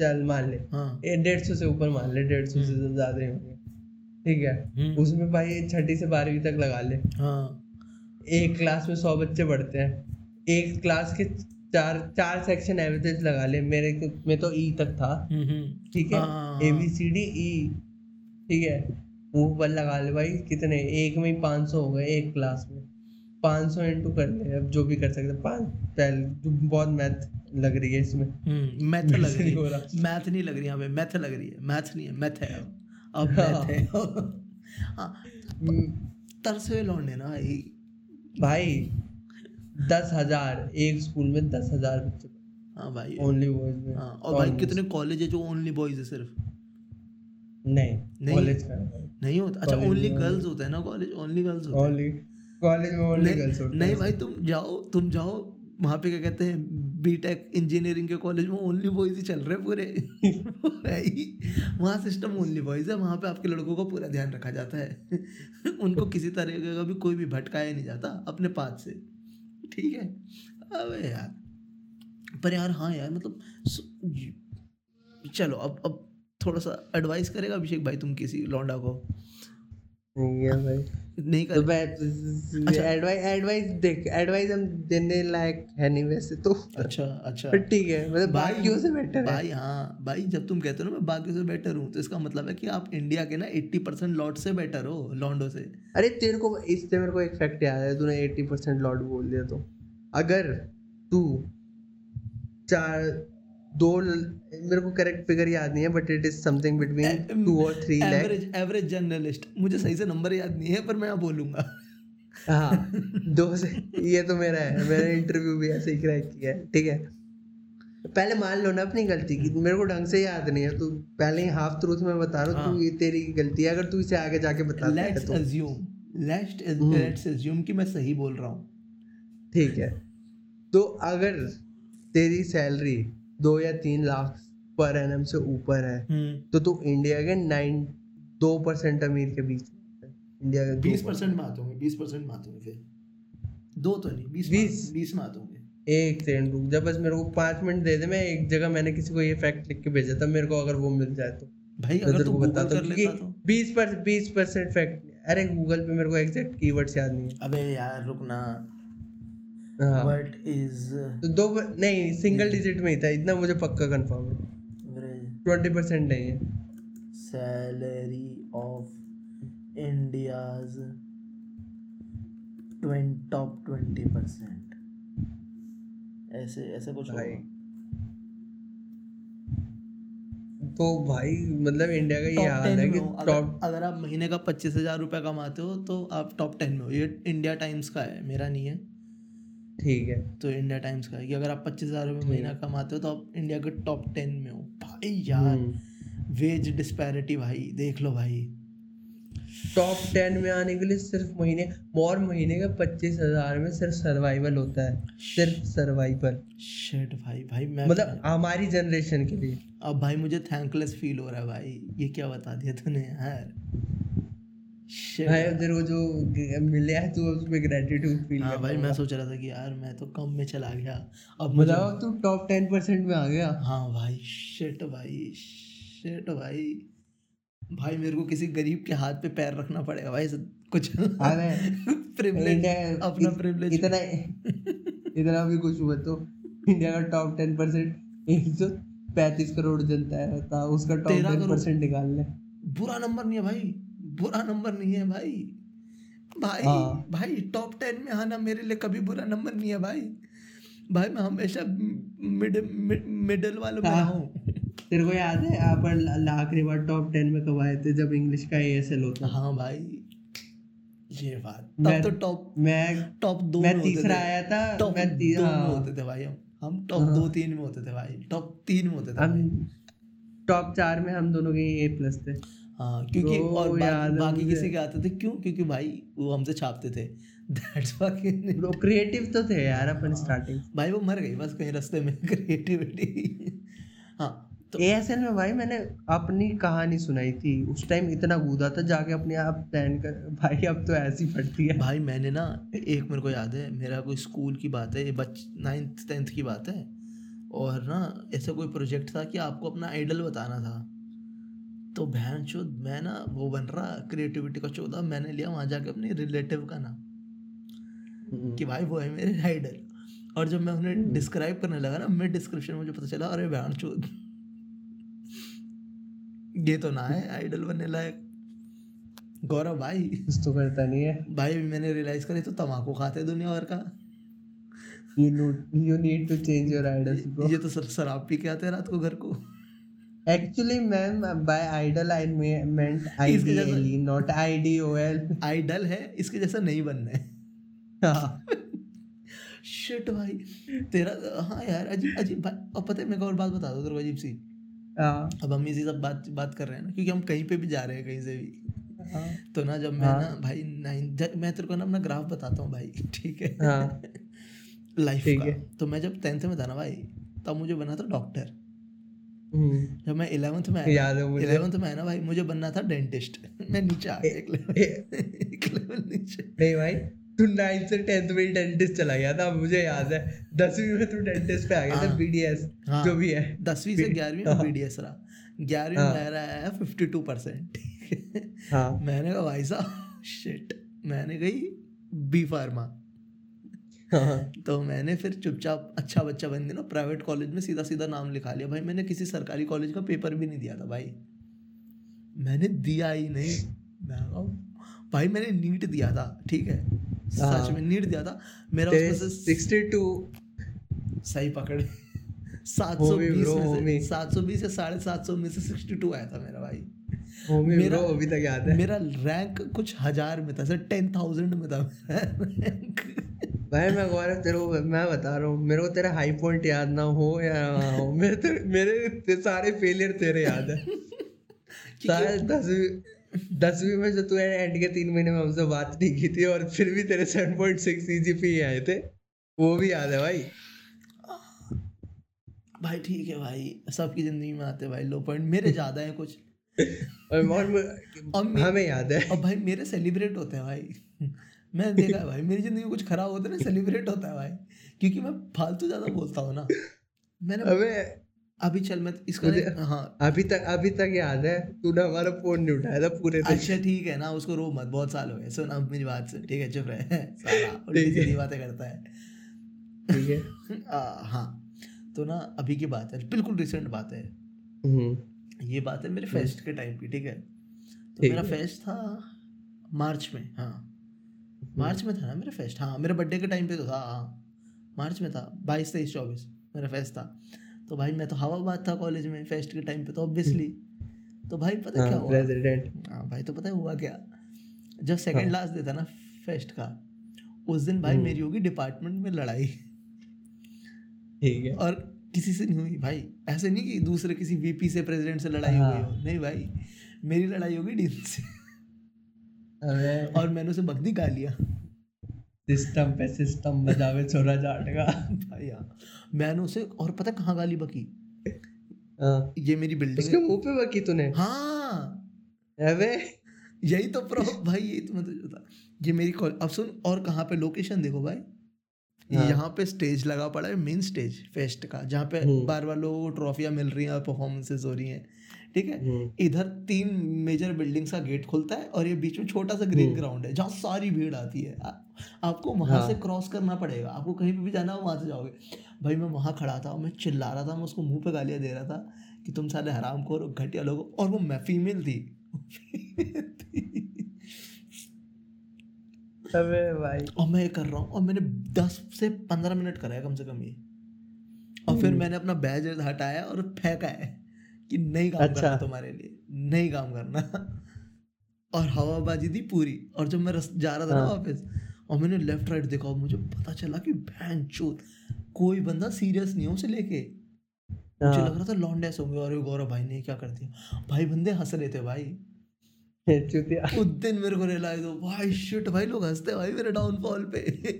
B: चल मान ले
A: हाँ
B: ये डेढ़ सौ से ऊपर मान ले डेढ़ सौ से ज्यादा ही होंगे ठीक है
A: हम्म।
B: उसमें भाई छठी से बारहवीं तक लगा ले
A: हाँ
B: एक क्लास में सौ बच्चे पढ़ते हैं एक क्लास के चार चार सेक्शन एवरेज लगा ले मेरे के- में तो ई तक था
A: हम्म, हम्म,
B: ठीक है
A: हाँ,
B: A B C D E E, ठीक है वो पर लगा ले भाई कितने एक में ही पाँच सौ हो गए एक क्लास में पाँच सौ इंटू कर ले अब जो भी कर सकते हैं। पाँच पहले जो बहुत मैथ लग रही है इसमें
A: हम्म, मैथ
B: मेरे
A: लग
B: से
A: रही
B: नहीं
A: है
B: हो रहा
A: मैथ नहीं लग रही यहाँ पे मैथ लग रही है मैथ नहीं है मैथ है अब अब
B: हाँ।
A: मैथ है हाँ
B: हम्म,
A: तरसे हुए लौंडे ना भाई
B: भाई दस हजार एक स्कूल में दस हजार बच्चे
A: हाँ भाई
B: ओनली बॉयज में
A: हाँ और भाई
B: Almost.
A: कितने कॉलेज है जो ओनली बॉयज है सिर्फ
B: नहीं
A: नहीं?
B: कॉलेज का है भाई।
A: नहीं होता अच्छा
B: College
A: ओनली
B: में
A: गर्ल्स होता है ना कॉलेज ओनली गर्ल्स होता
B: ओनली कॉलेज में
A: है
B: ओनली गर्ल्स
A: नहीं,
B: होती
A: नहीं भाई तुम जाओ तुम जाओ वहाँ पे क्या कहते हैं बीटेक इंजीनियरिंग के कॉलेज में ओनली बॉयज ही चल रहे हैं पूरे भाई वहाँ सिस्टम ओनली बॉयज है वहाँ पे आपके लड़कों का पूरा ध्यान रखा जाता है उनको किसी तरह का भी कोई भी भटकाया नहीं जाता अपने पास से ठीक है अबे यार पर यार हाँ यार मतलब सु- चलो अब अब थोड़ा सा एडवाइस करेगा अभिषेक भाई तुम किसी लौंडा को
B: नहीं है भाई
A: नहीं कर अच्छा।
B: तो मैं एडवाइस एडवाइस देख एडवाइस हम देने लायक है नहीं वैसे तो
A: अच्छा अच्छा
B: पर ठीक है मतलब
A: भाई-
B: बाकियों से बेटर है
A: भाई हाँ भाई जब तुम कहते हो ना मैं बाकी से बेटर हूँ तो इसका मतलब है कि आप इंडिया के ना 80 परसेंट लॉट से बेटर हो लॉन्डो से
B: अरे तेरे को इससे मेरे को एक फैक्ट याद है तूने 80% परसेंट लॉट बोल दिया तो अगर तू चार दो ल- मेरे को करेक्ट फिगर याद नहीं है but it is something between two और three lakh
A: average average journalist मुझे सही से नंबर याद नहीं है पर मैं यहाँ बोलूंगा
B: हाँ दो से ये तो मेरा है मैंने इंटरव्यू भी ऐसे ही क्रैक किया है ठीक है पहले मान लो ना अपनी गलती की मेरे को ढंग से याद नहीं है तू पहले ही हाफ ट्रूथ में बता रहा हूँ तू ये तेरी गलती है अगर तू इसे आगे जाके बता सके
A: लेट्स
B: तो
A: assume let's
B: hmm.
A: Let's assume कि मैं सही बोल रहा हूँ
B: ठीक है तो अगर तेरी सैलरी दो या तीन लाख पर एनम से ऊपर है तो तू इंडिया के नाइन दो परसेंट अमीर के बीच में आता है। इंडिया के
A: बीस
B: 2%
A: परसेंट में आते होंगे बीस परसेंट में आते होंगे फिर दो तो नहीं बीस
B: 20?
A: बीस में आते होंगे
B: एक सेकंड रुक जा बस मेरे को पाँच मिनट दे दे मैं एक जगह मैंने किसी को ये फैक्ट लिख के भेजा था मेरे को अगर वो मिल जाए तो
A: भाई
B: मैं
A: अगर
B: तेरे
A: तू
B: को
A: गूगल
B: बताता
A: कर
B: हूँ
A: लेता तो
B: क्योंकि बीस पर बीस परसेंट फैक्ट अरे गूगल पे मेरे को एग्जैक्ट कीवर्ड्स याद नहीं
A: अबे यार रुकना
B: है हाँ
A: व्हाट इज
B: तो दो नहीं सिंगल डिजिट में ही था इतना मुझे पक्का कंफर्म है ट्वेंटी परसेंट नहीं है
A: salary of India's top twenty percent ऐसे ऐसे कुछ
B: भाई
A: होगा।
B: तो भाई मतलब इंडिया का ये
A: टॉप
B: हाल
A: टेन
B: है
A: में
B: कि
A: हो
B: टॉप
A: अगर, अगर आप महीने का पच्चीस हजार रुपये कमाते हो तो आप टॉप टेन में हो ये इंडिया टाइम्स का है मेरा नहीं है
B: ठीक है
A: तो इंडिया टाइम्स का है कि अगर आप पच्चीस हजार रुपये महीना कमाते हो तो आप इंडिया के टॉप टेन में हो भाई यार
B: हम्म।
A: वेज डिस्पैरिटी भाई देख लो भाई
B: टॉप टेन में आने के लिए सिर्फ महीने और महीने का पच्चीस हजार में सिर्फ सर्वाइवल होता है सिर्फ सर्वाइवल
A: शेट भाई भाई मैं
B: मतलब हमारी जनरेशन के लिए
A: अब भाई मुझे थैंकलेस फील हो रहा है भाई ये क्या बता दिया तूने यार Shit
B: भाई
A: यार।
B: तेरे को जो ग- मिला है तू उसमें ग्रेटिट्यूड फील
A: हाँ भाई मैं सोच रहा था कि यार मैं तो कम में चला गया अब मुझे
B: बताओ मतलब तू टॉप टेन परसेंट में आ गया
A: हाँ भाई शिट भाई शिट भाई भाई मेरे को किसी गरीब के हाथ पे पैर रखना पड़ेगा भाई कुछ
B: अरे
A: प्रिविलेज
B: इंडिया-
A: अपना
B: इत-
A: प्रिविलेज
B: इतना इतना भी कुछ हुआ तो इंडिया का टॉप टेन परसेंट एक सौ पैंतीस करोड़ जनता है था उसका टॉप
A: तेरह
B: टेन
A: करोड़।
B: परसेंट निकाल ले
A: बुरा नंबर नहीं है भाई बुरा नंबर नहीं है भाई भाई
B: हाँ।
A: भाई टॉप टेन में आना मेरे लिए कभी बुरा नंबर नहीं है भाई भाई मैं हमेशा मिड मिडल वालों में
B: हाँ।
A: रहा हूँ
B: तेरे को याद है अपन ला- आखिरी बार टॉप टेन में कब आए थे जब इंग्लिश का एएसएल होता
A: हाँ भाई ये बात
B: मैं-
A: तब तो टॉप
B: मैं
A: टॉप दो
B: मैं
A: में होते
B: तीसरा
A: थे।
B: आया था
A: टॉप
B: मैं ती-
A: दो में
B: हाँ।
A: होते थे भाई हम हम टॉप दो तीन में होते थे भाई टॉप तीन में होते थे
B: हम
A: भाई।
B: टॉप चार में हम दोनों के ए प्लस थे
A: हाँ क्योंकि
B: ब्रो,
A: और
B: याद
A: बाकी
B: है
A: बाकी
B: मुझे।
A: किसी के आते थे क्यों क्योंकि भाई वो हमसे छापते थे दैट्स फकिंग
B: ब्रो क्रिएटिव तो थे यार अपन
A: हाँ।
B: स्टार्टिंग
A: भाई वो मर गई बस कहीं रास्ते में क्रिएटिविटी हाँ तो
B: एएसएल में भाई मैंने अपनी कहानी सुनाई थी उस टाइम इतना कूदा था जाके अपने आप प्लान कर भाई अब तो ऐसी फटती है
A: भाई मैंने ना एक मेरे को याद है मेरा कोई स्कूल की बात है ये बच नाइन्थ टेंथ की बात है और ना ऐसा कोई प्रोजेक्ट था कि आपको अपना आइडल बताना था तो बहन शुद्ध मैं ना वो बन रहा क्रिएटिविटी का चौदह मैंने लिया वहाँ जाके अपने रिलेटिव का नाम कि भाई वो है मेरे आइडल और जब मैं उन्हें डिस्क्राइब करने लगा ना मिड डिस्क्रिप्शन मुझे पता चला अरे बहन चोद ये तो ना है आइडल बनने लायक गौरव भाई
B: कुछ तो करता नहीं है
A: भाई मैंने रियलाइज करे तो तम्बाकू खाते हैं दुनिया भर का
B: you need you need to change your idols bro
A: ये तो सर शराब पी के आते हैं रात को घर को
B: एक्चुअली मैम बाय आइडल आई मेंट
A: इसके जैसा-
B: आईडीएल नॉट आईडीओएल
A: आइडल है इसके जैसा नहीं बनना है शिट भाई तेरा हाँ यार अजीब अजीब बात और पता है मैं एक और बात बता दो तेरे को अजीब सी
B: हाँ,
A: अब हम इसी सब बात बात कर रहे हैं ना क्योंकि हम कहीं पे भी जा रहे हैं कहीं से भी तो ना जब मैं
B: हाँ।
A: ना भाई नाइन मैं तेरे को ना अपना ग्राफ बताता हूँ भाई ठीक है
B: हाँ
A: लाइफ
B: ठीक
A: का
B: है।
A: तो मैं जब टेंथ में था ना भाई तब मुझे बनना था डॉक्टर
B: हम्म,
A: जब मैं इलेवंथ में आया
B: याद है मुझे
A: इलेवंथ में आया ना भाई मुझे बनना था डेंटिस्ट मैं नीचे आ गया एक level-
B: ए-
A: एक level नीचे
B: नहीं भाई तू नाइन्थ से टेंथ में ही डेंटिस्ट चला गया था मुझे याद है दसवीं में तू डेंटिस्ट पे आ गया था
A: हाँ।
B: बीडीएस
A: हाँ।
B: जो भी है
A: दसवीं से ग्यारहवीं में
B: हाँ।
A: बी रहा ग्यारहवीं
B: हाँ।
A: में मेरा आया फिफ्टी टू परसेंट
B: हाँ
A: मैंने कहा भाई साहब शिट मैंने गई बी फार्मा
B: हाँ
A: तो मैंने फिर चुपचाप अच्छा बच्चा बन के ना प्राइवेट कॉलेज में सीधा सीधा नाम लिखा लिया भाई मैंने किसी सरकारी कॉलेज का पेपर भी नहीं दिया था भाई मैंने दिया ही नहीं मैं कहा, भाई मैंने नीट दिया था ठीक है सच
B: हाँ।
A: में नीट दिया था मेरा
B: तेरे
A: उसमें से
B: 62
A: सही पकड़ सात सौ
B: होमी
A: बीस
B: bro,
A: में
B: होमी।
A: से सात सौ बीस या साढ़े सात सौ में से सिक्सटी टू आया था मेरा भाई
B: होमी
A: मेरा-
B: ब्रो अभी तक याद है
A: मेरा रैंक कुछ हजार में था सर टेन थाउजेंड में था मेरा rank।
B: भाई मैं गौरव तेरे को मैं बता रहा हूँ मेरे को तेरा हाई पॉइंट याद ना हो या ना हो मेरे तेरे, मेरे ते- सारे फेलियर तेरे याद है सारे दसवीं दसवीं में जो तूने एंड के तीन महीने में हमसे बात नहीं की थी और फिर भी तेरे 7.6 पॉइंट आए थे वो भी याद है भाई
A: भाई ठीक है भाई सबकी जिंदगी में आते हैं भाई लो पॉइंट मेरे ज्यादा है कुछ
B: और और
A: अब मे-
B: हमें याद है
A: अब भाई मेरे सेलिब्रेट होते हैं भाई मैं देखा है भाई मेरी जिंदगी में कुछ खराब होता है ना सेलिब्रेट होता है भाई क्योंकि मैं फालतू ज्यादा बोलता हूँ ना मैंने
B: हमें
A: अभी चल मैं इसका
B: मुझे-
A: हाँ
B: अभी तक अभी तक याद है तूने हमारा फोन नहीं उठाया था पूरे दिन
A: अच्छा ठीक है ना उसको रो मत बहुत साल हो गए सुन अब मेरी बात सुन ठीक है चुप रहे साला उल्टी
B: ठीक है।
A: सीधी बातें करता है
B: ठीक है
A: आ, हाँ तो ना अभी की बात है बिल्कुल रिसेंट बात है
B: हम्म,
A: ये बात है मेरे फेस्ट के टाइम की ठीक है तो
B: ठीक
A: मेरा
B: है।
A: फेस्ट था मार्च में हाँ मार्च
B: हम्म।
A: में था ना मेरा फेस्ट हाँ मेरे बर्थडे के टाइम पे तो था हाँ मार्च में था बाईस तेईस चौबीस मेरा फेस्ट था तो भाई मैं तो हवाबाद था कॉलेज में फेस्ट के टाइम पे तो ऑब्वियसली तो भाई पता
B: हाँ
A: क्या हुआ
B: प्रेसिडेंट
A: हाँ भाई तो पता है हुआ क्या जब सेकंड लास्ट देता ना फेस्ट का उस दिन भाई
B: हाँ। हम्म।
A: मेरी होगी डिपार्टमेंट में लड़ाई
B: ठीक है
A: और किसी से नहीं हुई भाई ऐसे नहीं कि दूसरे किसी वीपी से प्रेसिडेंट से लड़ाई हो गई हो
B: हाँ।
A: नहीं भाई मेरी लड़ाई होगी डीन से
B: अबे
A: और मैंने उसे बगदी का लिया
B: सिस्टम पे सिस्टम बजावे छोरा जाट का
A: भाई हाँ मैंने उसे और पता कहाँ गाली बकी
B: हाँ,
A: ये मेरी बिल्डिंग
B: उसके
A: है
B: मुंह पे बकी तूने
A: हाँ
B: अबे
A: यही तो प्रॉब भाई यही तो मतलब जो था ये मेरी कॉल अब सुन और कहाँ पे लोकेशन देखो भाई
B: हाँ।
A: यहाँ पे स्टेज लगा पड़ा है मेन स्टेज फेस्ट का जहाँ पे
B: हम्म।
A: बार बार लोगों को ट्रॉफियाँ मिल रही हैं और परफॉर्मेंसेज हो रही हैं ठीक है
B: हम्म,
A: इधर तीन मेजर बिल्डिंग्स का गेट खुलता है और ये बीच में छोटा सा ग्रीन
B: हम्म।
A: ग्राउंड है जहाँ सारी भीड़ आती है आ, आपको वहां
B: हाँ।
A: से क्रॉस करना पड़ेगा आपको कहीं पे भी जाना हो वहां से जाओगे भाई मैं वहां खड़ा था और मैं चिल्ला रहा था मैं उसको मुंह पे गालियां दे रहा था कि तुम सारे हराम खोर हो, घटिया लोग हो। और वो मैं फीमेल थी
B: अबे भाई
A: और मैं ये कर रहा हूँ और मैंने दस से पंद्रह मिनट कराया कम से कम ये और फिर
B: हम्म।
A: मैंने अपना बैज हटाया और फेंका है कि नहीं काम
B: अच्छा।
A: करना तुम्हारे लिए नहीं काम करना और हवाबाजी थी पूरी और जब मैं रस, जा रहा था ना
B: हाँ।
A: वापस और मैंने लेफ्ट राइट देखा और मुझे पता चला कि भैन कोई बंदा सीरियस नहीं है उसे लेके मुझे लग
B: हाँ,
A: रहा था लॉन्डेस होंगे और गौरव भाई ने ये क्या कर दिया भाई बंदे हंस रहे थे भाई
B: चुतिया
A: उस दिन मेरे को रियलाइज हो भाई शिट भाई लोग हंसते हैं भाई मेरे डाउनफॉल पे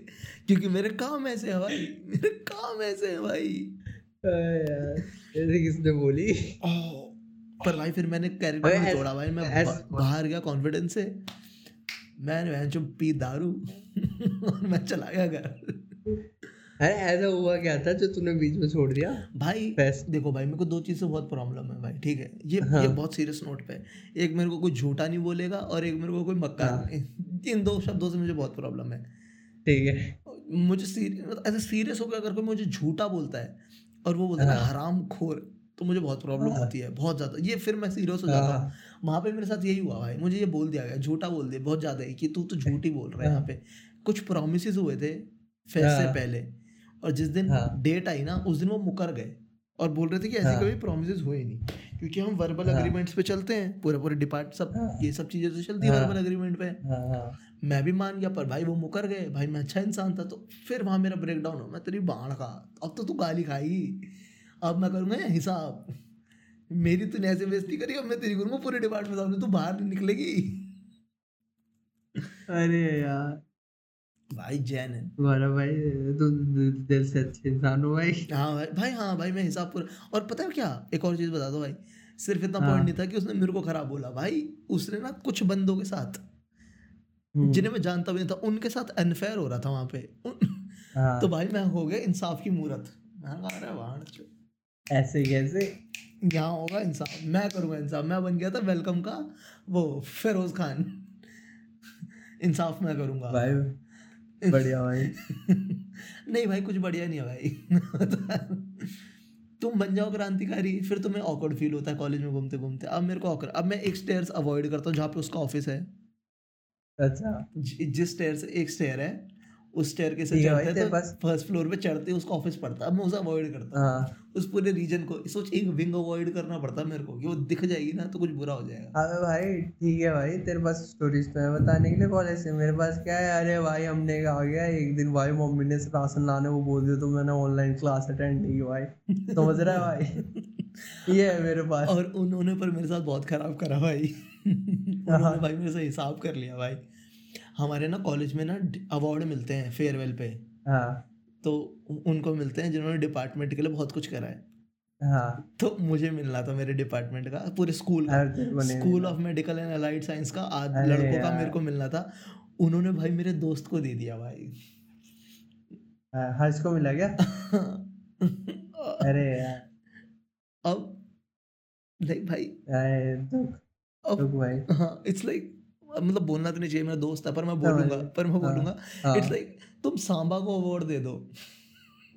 A: क्योंकि मेरे काम ऐसे हैं भाई मेरे काम ऐसे हैं भाई
B: अरे यार ऐसे किसने बोली
A: ओह, पर भाई फिर मैंने कैरेक्टर
B: अरे
A: में
B: ऐस-
A: तोड़ा भाई मैं
B: ऐस-
A: बा- बाहर गया कॉन्फिडेंस से मैंने वहन चुप पी दारू और मैं चला गया घर
B: अरे ऐसा हुआ क्या था जो तूने बीच में छोड़ दिया
A: भाई
B: फेस्ट
A: देखो भाई मेरे को दो चीज़ से बहुत प्रॉब्लम है भाई ठीक है ये ये
B: हाँ।
A: बहुत सीरियस नोट पे है। एक मेरे को कोई झूठा नहीं बोलेगा और एक मेरे को कोई मक्का
B: हाँ।
A: नहीं इन दो शब्दों से मुझे बहुत प्रॉब्लम है
B: ठीक है
A: मुझे सीरियस मतलब ऐसे सीरियस होकर अगर कोई मुझे झूठा बोलता है और वो बोलता है ना
B: हाँ।
A: हराम खोर तो मुझे बहुत प्रॉब्लम
B: हाँ।
A: होती है बहुत ज़्यादा ये फिर मैं सीरियस हो जाता हूँ
B: हाँ,
A: वहाँ पे मेरे साथ यही हुआ भाई मुझे ये बोल दिया गया झूठा बोल दिया बहुत ज़्यादा ही कि तू तो झूठ ही बोल रहा है यहाँ पे कुछ प्रोमिस हुए थे फेस्ट से
B: हाँ।
A: पहले और जिस दिन
B: हाँ।
A: डेट आई ना उस दिन वो मुकर गए और बोल रहे थे कि ऐसे
B: हाँ।
A: कभी प्रोमिस हुए ही नहीं क्योंकि हम वर्बल
B: हाँ।
A: अग्रीमेंट्स पे चलते हैं पूरे पूरे डिपार्ट सब
B: हाँ।
A: ये सब चीज़ें तो चलती है
B: हाँ।
A: वर्बल अग्रीमेंट पे
B: हाँ, हाँ,
A: मैं भी मान गया पर भाई वो मुकर गए भाई मैं अच्छा इंसान था तो फिर वहाँ मेरा ब्रेकडाउन हो मैं तेरी बाण का अब तो तू गाली खाएगी अब मैं करूँगा हिसाब मेरी तूने ऐसे बेइज्जती करी अब मैं तेरी करूँगा पूरे डिपार्टमेंट सामने तू बाहर नहीं निकलेगी
B: अरे यार
A: भाई जैन है
B: तुम्हारा भाई तुम दिल से अच्छे इंसान हो भाई
A: हाँ भाई भाई हाँ भाई मैं हिसाब पूरा और पता है क्या एक और चीज़ बता दो भाई सिर्फ इतना
B: हाँ।
A: पॉइंट नहीं था कि उसने मेरे को खराब बोला भाई उसने ना कुछ बंदों के साथ
B: हम्म,
A: जिन्हें मैं जानता भी नहीं था उनके साथ अनफेयर हो रहा था वहाँ पे उन-
B: हाँ,
A: तो भाई मैं हो गया इंसाफ की मूरत मैं कहा, "अरे वाह,
B: ऐसे कैसे
A: यहाँ होगा इंसाफ मैं करूँगा इंसाफ मैं बन गया था वेलकम का वो फिरोज खान इंसाफ मैं करूँगा
B: भाई बढ़िया भाई
A: नहीं भाई कुछ बढ़िया नहीं है भाई तुम बन जाओ क्रांतिकारी फिर तुम्हें ऑकवर्ड फील होता है कॉलेज में घूमते घूमते अब मेरे को awkward- अब मैं एक स्टेयर्स अवॉइड करता हूँ जहाँ पे उसका ऑफिस है
B: अच्छा
A: जि- जिस स्टेयर से एक स्टेयर है उस स्टेयर के से
B: ठीक है भाई,
A: चढ़ते
B: तेरे
A: हैं तो
B: पास-
A: फर्स्ट फ्लोर पे चढ़ते ही उसका ऑफिस पड़ता है अब मैं उसे अवॉइड करता हूँ
B: हाँ
A: उस पूरे रीजन को सोच एक विंग अवॉइड करना पड़ता है मेरे को कि वो दिख जाएगी ना तो कुछ बुरा हो जाएगा
B: अबे भाई ठीक है भाई तेरे पास स्टोरीज तो है बताने के लिए कॉलेज से मेरे पास क्या है अरे भाई हमने कहा गया एक दिन भाई मम्मी ने राशन लाने को बोल दिया तो मैंने ऑनलाइन क्लास अटेंड नहीं की भाई समझ रहा है भाई ये है मेरे पास
A: और उन्होंने पर मेरे साथ बहुत खराब करा भाई
B: हाँ।
A: उन्होंने भाई मेरे से हिसाब कर लिया भाई हमारे ना कॉलेज में ना अवार्ड मिलते हैं फेयरवेल पे
B: हाँ
A: तो उ- उनको मिलते हैं जिन्होंने डिपार्टमेंट के लिए बहुत कुछ करा है
B: हाँ
A: तो मुझे मिलना था मेरे डिपार्टमेंट का पूरे स्कूल का
B: हर दिन बने
A: school of medical and allied science का आध
B: अरे
A: लड़कों का
B: यार।
A: मेरे को मिलना था उन्होंने भाई मेरे दोस्त को दे दिया भाई
B: हाँ, हर्ष को मिला क्या अरे यार
A: अब लाइक भाई
B: अरे दुख
A: अब
B: दुख भाई
A: हाँ इट्स लाइक मतलब बोलना तो नहीं चाहिए मेरा दोस्त है पर मैं
B: समझ
A: बोलूंगा
B: गया।
A: पर मैं
B: हाँ,
A: बोलूंगा
B: हाँ
A: इट्स लाइक तुम सांबा को अवार्ड दे दो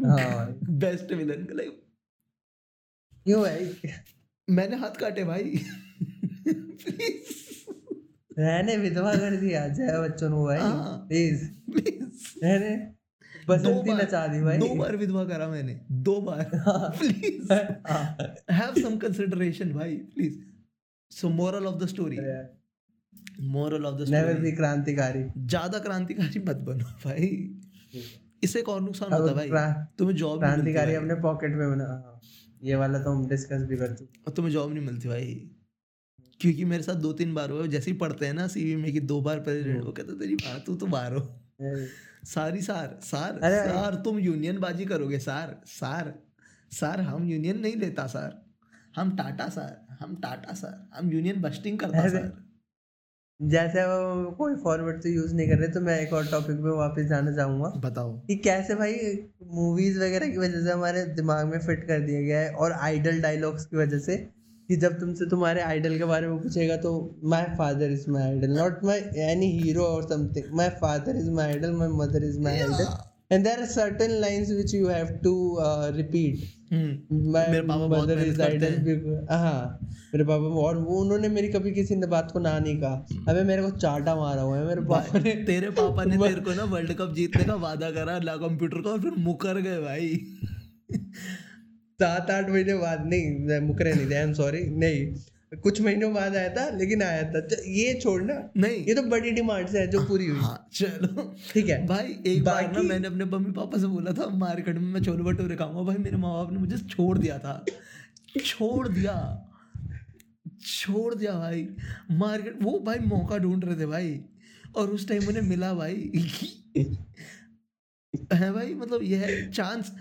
B: हाँ
A: बेस्ट विलन लाइक
B: क्यों भाई
A: मैंने हाथ काटे भाई प्लीज
B: रहने विधवा कर दिया जय बच्चों को भाई
A: हाँ।
B: प्लीज
A: प्लीज
B: रहने बसंती
A: बार-
B: नचा दी भाई
A: दो बार विधवा करा मैंने दो बार
B: हाँ।
A: प्लीज
B: हाँ,
A: हैव सम कंसिडरेशन भाई please so moral of the story
B: अरे
A: moral of the
B: never be
A: story
B: क्रांतिकारी
A: ज्यादा क्रांतिकारी मत बनो भाई इससे एक और नुकसान
B: अब
A: होता है भाई
B: क्रा-
A: तुम्हें जॉब
B: क्रांतिकारी अपने पॉकेट में बना हाँ, ये वाला तो हम डिस्कस भी कर चुके
A: और तुम्हें जॉब नहीं मिलती भाई क्योंकि मेरे साथ दो तीन बार हुआ जैसे ही पढ़ते हैं ना सीवी में कि दो बार
B: हम्म।
A: प्रेसिडेंट हो कहते तेरी बात तू तो बाहर हो
B: हैं।
A: सारी सार सार
B: अरे भाई।
A: सार तुम यूनियन बाजी करोगे सार सार सार हम यूनियन नहीं लेता सार हम टाटा सार हम टाटा सार हम यूनियन बस्टिंग करता
B: अरे।
A: सार
B: जैसे अब हम कोई फॉर्मेट तो यूज नहीं कर रहे तो मैं एक और टॉपिक पे वापस जाना चाहूंगा
A: बताओ
B: कि कैसे भाई मूवीज वगैरह की वजह से हमारे दिमाग में फिट कर दिया गया है और आइडल डायलॉग्स की वजह से कि जब तुमसे तुम्हारे आइडल के बारे में पूछेगा तो my father is my idol not my any hero और something my father is my idol my mother is my idol and there are certain lines which you have to uh, repeat
A: hmm
B: मेरे
A: मेरे पापा बहुत मेहनत करते हैं।
B: हाँ मेरे पापा और वो उन्होंने मेरी कभी किसी ने बात को ना नहीं कहा अबे मेरे को चाटा मारा हुआ है मेरे पापा ने
A: तेरे पापा ने तेरे को ना वर्ल्ड कप जीतने का वादा करा ला कंप्यूटर का और फिर मुकर गए भाई
B: सात आठ महीने बाद नहीं मैं मुकरे नहीं थे आई एम सॉरी नहीं कुछ महीनों बाद आया था लेकिन आया था तो ये छोड़ना
A: नहीं
B: ये तो बड़ी डिमांड से है जो पूरी हुई
A: हाँ चलो
B: ठीक है
A: भाई एक बार ना
B: बाकी-
A: मैंने अपने मम्मी पापा से बोला था मार्केट में मैं छोले भटूरे खाऊंगा भाई मेरे माँ बाप ने मुझे छोड़ दिया था छोड़ दिया छोड़ दिया भाई मार्केट वो भाई मौका ढूंढ रहे थे भाई और उस टाइम उन्हें मिला भाई है भाई मतलब यह चांस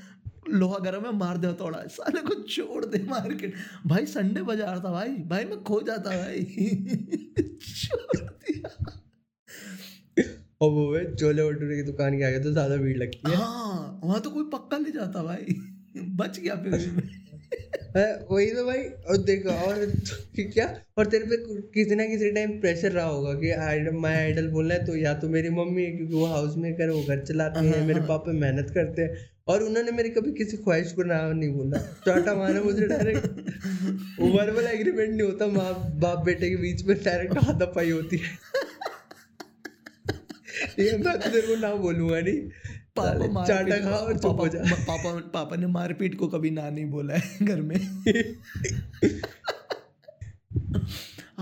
A: लोहा गर्म है मार दे थोड़ा साले को छोड़ दे मार्केट भाई संडे बाजार था भाई भाई मैं खो जाता भाई छोड़ दिया
B: और वो है छोले भटूरे की दुकान के आगे तो ज्यादा भीड़ लगती है
A: हाँ वहां तो कोई पक्का ले जाता भाई बच गया फिर
B: है, वही तो भाई और देखो और तो क्या और तेरे पे किसी ना किसी टाइम प्रेशर रहा होगा कि आइडल माय आइडल बोलना है तो या तो मेरी मम्मी है क्योंकि वो हाउस मेकर है वो घर चलाती है
A: हाँ,
B: मेरे
A: हाँ।
B: पापा मेहनत करते हैं और उन्होंने मेरी कभी किसी ख्वाहिश को ना नहीं बोला टाटा मारा मुझे डायरेक्ट वर्बल एग्रीमेंट नहीं होता माँ बाप बेटे के बीच में डायरेक्ट हाथापाई होती है ये मैं तो तेरे को ना बोलूंगा नहीं
A: पापा
B: साले,
A: मारपीट-
B: चाटा खा और चुप
A: पापा
B: हो जा
A: मा- पापा पापा ने मारपीट को कभी ना नहीं बोला है घर में